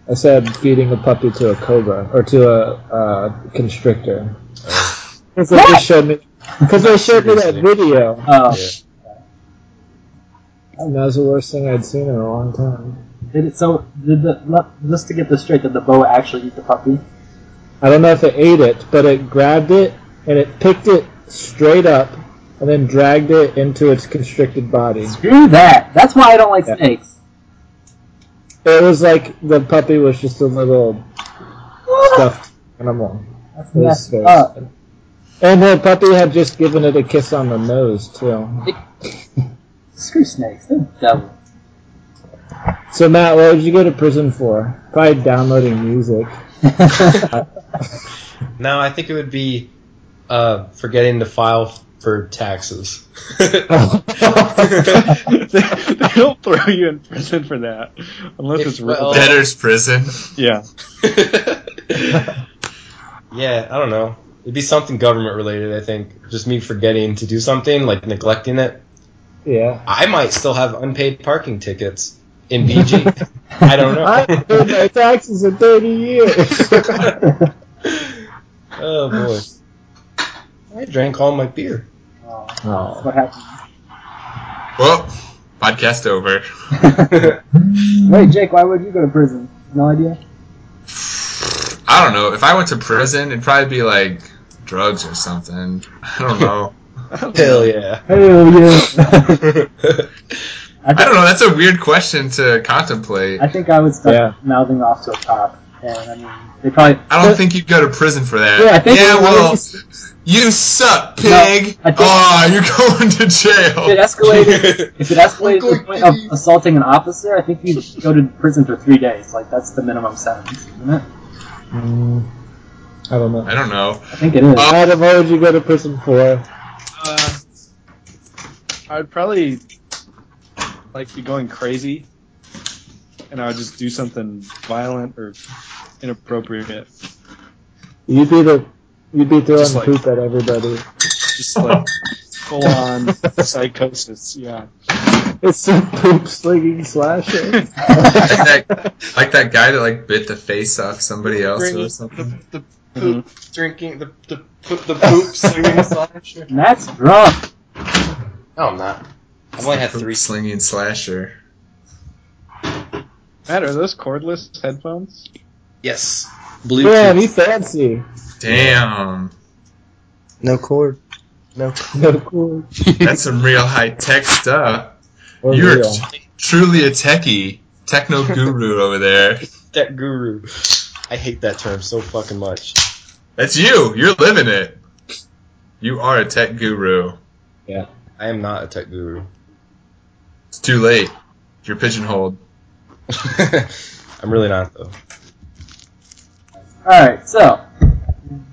Speaker 5: I said feeding a puppy to a cobra or to a uh, constrictor. Because they just showed me, because they showed me that video.
Speaker 9: Uh,
Speaker 7: Yeah.
Speaker 5: And that was the worst thing I'd seen in a long time.
Speaker 9: did it, so did the le- just to get this straight, did the boa actually eat the puppy?
Speaker 5: I don't know if it ate it, but it grabbed it and it picked it straight up and then dragged it into its constricted body.
Speaker 9: Screw that. That's why I don't like
Speaker 5: Yeah.
Speaker 9: snakes.
Speaker 5: It was like the puppy was just a little stuffed animal.
Speaker 9: That's
Speaker 5: It was
Speaker 9: messed
Speaker 5: very
Speaker 9: up.
Speaker 5: sad. And the puppy had just given it a kiss on the nose too.
Speaker 9: Screw snakes. They're devils.
Speaker 5: So Matt, what would you go to prison for? Probably downloading
Speaker 9: *laughs*
Speaker 5: music.
Speaker 7: No, I think it would be uh, forgetting to file f- for taxes. *laughs*
Speaker 4: they, they don't throw you in prison for that unless
Speaker 7: If-
Speaker 4: it's real.
Speaker 7: well-
Speaker 8: Debtor's prison.
Speaker 4: yeah,
Speaker 7: *laughs* yeah, I don't know. It'd be something government related, I think. Just me forgetting to do something, like neglecting it.
Speaker 5: Yeah.
Speaker 7: I might still have unpaid parking tickets in
Speaker 5: *laughs*
Speaker 7: BG. I don't
Speaker 5: I haven't paid my
Speaker 7: know.
Speaker 5: taxes in thirty years.
Speaker 7: oh boy. I drank all my beer.
Speaker 9: Oh, that's
Speaker 5: Oh.
Speaker 9: what happened?
Speaker 8: Well, podcast over.
Speaker 9: Wait, Jake, why would you go to prison? No idea.
Speaker 8: I don't know. If I went to prison, it'd probably be like drugs or something. I don't know.
Speaker 7: Hell *laughs* yeah.
Speaker 9: Hell yeah. I,
Speaker 8: I
Speaker 9: think,
Speaker 8: don't know. That's a weird question to contemplate.
Speaker 9: I think I would start
Speaker 5: Yeah.
Speaker 9: mouthing off to a cop. And I mean, they probably.
Speaker 8: I don't think you'd go to prison for that.
Speaker 9: Yeah, I think-
Speaker 8: well, you suck, pig.
Speaker 9: I think-
Speaker 8: Aw, you're *laughs* going to
Speaker 9: If it
Speaker 8: jail.
Speaker 5: *laughs*
Speaker 9: escalated, if it escalated to the point of assaulting an officer, I think you go to prison for three days. Like that's the minimum sentence, isn't it?
Speaker 5: Mm, I don't know.
Speaker 8: I don't know.
Speaker 9: I think it is.
Speaker 8: Uh,
Speaker 5: Adam, what would you go to prison for?
Speaker 4: *laughs* uh, I'd probably like be going crazy, and I would just do something violent or inappropriate.
Speaker 5: You'd be the you'd be throwing
Speaker 4: Just like-
Speaker 5: poop at everybody.
Speaker 4: just like full
Speaker 7: *laughs*
Speaker 4: on psychosis. Yeah.
Speaker 5: It's a poop
Speaker 4: *laughs*
Speaker 5: slinging slasher.
Speaker 8: like, that, like that guy that like bit the face off somebody else or something.
Speaker 7: the poop
Speaker 5: Mm-hmm.
Speaker 7: drinking the the poop the poop *laughs* slinging slasher.
Speaker 9: That's rough.
Speaker 7: No, I'm not. I've only had three.
Speaker 8: Three slinging slasher.
Speaker 4: Matt, are those cordless headphones?
Speaker 7: Yes, blue.
Speaker 5: Man, he fancy.
Speaker 8: Damn,
Speaker 7: No cord. No.
Speaker 5: No cool.
Speaker 8: that's some real high tech stuff.
Speaker 5: Or
Speaker 8: You're
Speaker 5: real.
Speaker 8: t- truly a techie, techno guru over there.
Speaker 7: That guru. I hate that term so fucking much.
Speaker 8: That's you. You're living it. You are a tech guru.
Speaker 7: I am not a tech guru. *laughs*
Speaker 8: It's too late. You're pigeonholed.
Speaker 7: I'm really not though.
Speaker 9: All right, so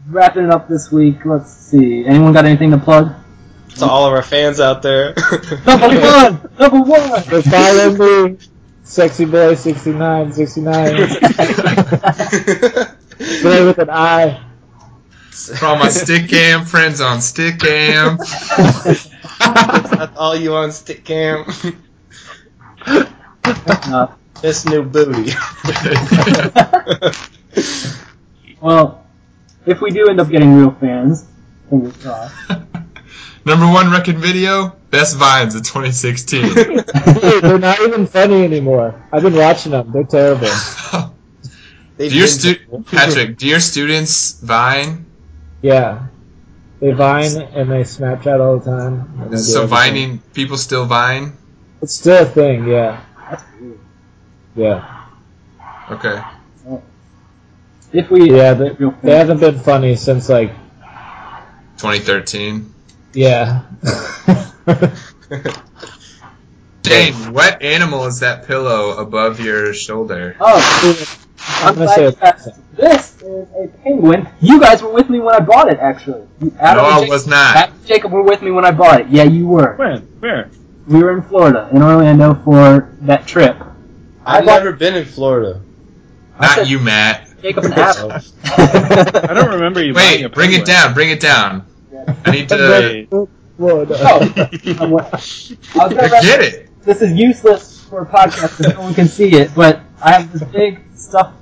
Speaker 9: wrapping it up this week. Let's see. Anyone got anything to plug?
Speaker 7: To all of our fans out there. *laughs*
Speaker 9: Number one. Number one.
Speaker 5: But follow me, sexy boy 69,
Speaker 9: *laughs*
Speaker 5: 69, boy with an eye.
Speaker 8: For all my stick cam friends on stick cam. *laughs*
Speaker 7: That's all you on stick cam. *laughs*
Speaker 9: Uh,
Speaker 7: this new booty. *laughs*
Speaker 9: well, if we do end up getting real fans, fingers crossed.
Speaker 8: Number one record video, Best Vines of 2016.
Speaker 5: Dude, they're not even funny anymore. I've been watching them. They're terrible.
Speaker 7: They've
Speaker 8: do your
Speaker 7: been-
Speaker 8: stu- Patrick, do your students Vine?
Speaker 5: Yeah. They Vine and they Snapchat all the time. and they
Speaker 8: Is
Speaker 5: do
Speaker 8: so
Speaker 5: everything.
Speaker 8: vining people still Vine?
Speaker 5: It's still a thing, yeah.
Speaker 9: That's weird.
Speaker 5: Yeah.
Speaker 8: Okay.
Speaker 9: If we
Speaker 5: Yeah, they,
Speaker 9: real
Speaker 5: they haven't been funny since, like,
Speaker 8: 2013.
Speaker 5: yeah. *laughs*
Speaker 8: Dane, what animal is that pillow above your shoulder?
Speaker 9: oh,
Speaker 5: I'm
Speaker 9: I'm
Speaker 5: going to
Speaker 9: glad
Speaker 5: say
Speaker 9: you asked. This is a penguin. You guys were with me when I bought it, actually. You- Adam
Speaker 8: No,
Speaker 9: and
Speaker 8: I
Speaker 9: Jacob,
Speaker 8: was not.
Speaker 9: Adam and Jacob were with me when I bought it. Yeah, you were.
Speaker 4: When? Where?
Speaker 9: We were in Florida, in Orlando for that trip.
Speaker 7: *laughs* I've
Speaker 9: I bought-
Speaker 7: never been in Florida.
Speaker 8: Not you, Matt.
Speaker 9: Jacob and Adam.
Speaker 4: I don't remember you. buying a
Speaker 8: *laughs* Wait, bring it
Speaker 4: penguin.
Speaker 8: down. Bring it down. I need to
Speaker 4: Wait,
Speaker 5: Florida.
Speaker 9: Oh, I was gonna wrap-
Speaker 8: get it.
Speaker 9: this is useless for a podcast because no one can see it, but I have this big stuffed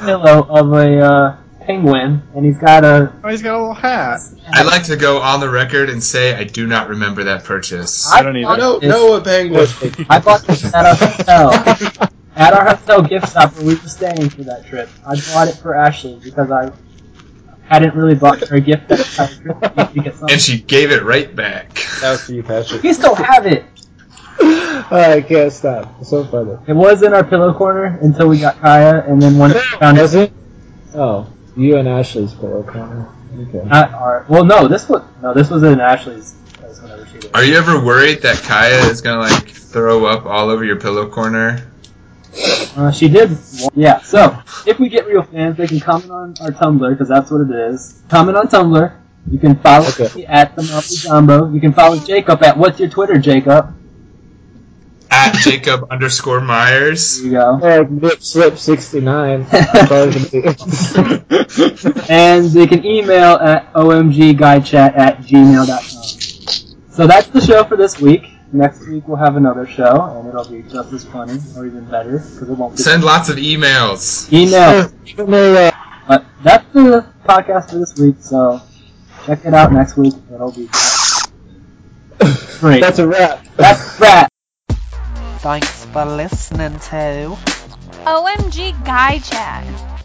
Speaker 9: pillow of a uh, penguin, and he's got a.
Speaker 4: oh, he's got a little hat.
Speaker 8: I'd like to go on the record and say I do not remember that purchase.
Speaker 4: I don't
Speaker 7: *laughs* I
Speaker 4: either.
Speaker 7: don't know a penguin.
Speaker 9: I bought this at our hotel. At our hotel gift shop where we were staying for that trip. I bought it for Ashley because I hadn't really bought her a gift that entire trip. I needed
Speaker 8: *laughs*
Speaker 9: to get something.
Speaker 8: And she gave it right back.
Speaker 7: That was for you, Patrick.
Speaker 9: We still have it.
Speaker 5: *laughs* I can't stop. It's so funny.
Speaker 9: It was in our pillow corner until we got Kaya, and then when we found
Speaker 5: Was
Speaker 9: it,
Speaker 5: it? Oh, you and Ashley's pillow corner. Okay.
Speaker 9: not our. Well, no, this was no, this was in Ashley's place whenever she was.
Speaker 8: Are you ever worried that Kaya is gonna like throw up all over your pillow corner?
Speaker 9: Uh, she did. Yeah. So if we get real fans, they can comment on our Tumblr because that's what it is. Comment on Tumblr. You can follow
Speaker 5: Okay.
Speaker 9: me at the Mouthy Jumbo. You can follow Jacob at what's your Twitter, Jacob.
Speaker 8: At Jacob underscore Myers.
Speaker 9: There you go.
Speaker 5: Uh, Nip Slip
Speaker 9: *laughs*
Speaker 5: 69.
Speaker 4: *laughs*
Speaker 9: And they can email at omgguychat at gmail.com. So that's the show for this week. Next week we'll have another show, and it'll be just as funny, or even better, because it won't be
Speaker 8: Send lots of emails.
Speaker 9: email.
Speaker 5: May, uh,
Speaker 9: But that's the podcast for this week, so check it out next week. It'll be
Speaker 5: *laughs*
Speaker 9: great.
Speaker 5: that's a wrap.
Speaker 9: That's that.
Speaker 10: Thanks for listening to.
Speaker 2: OMG Guy Chat.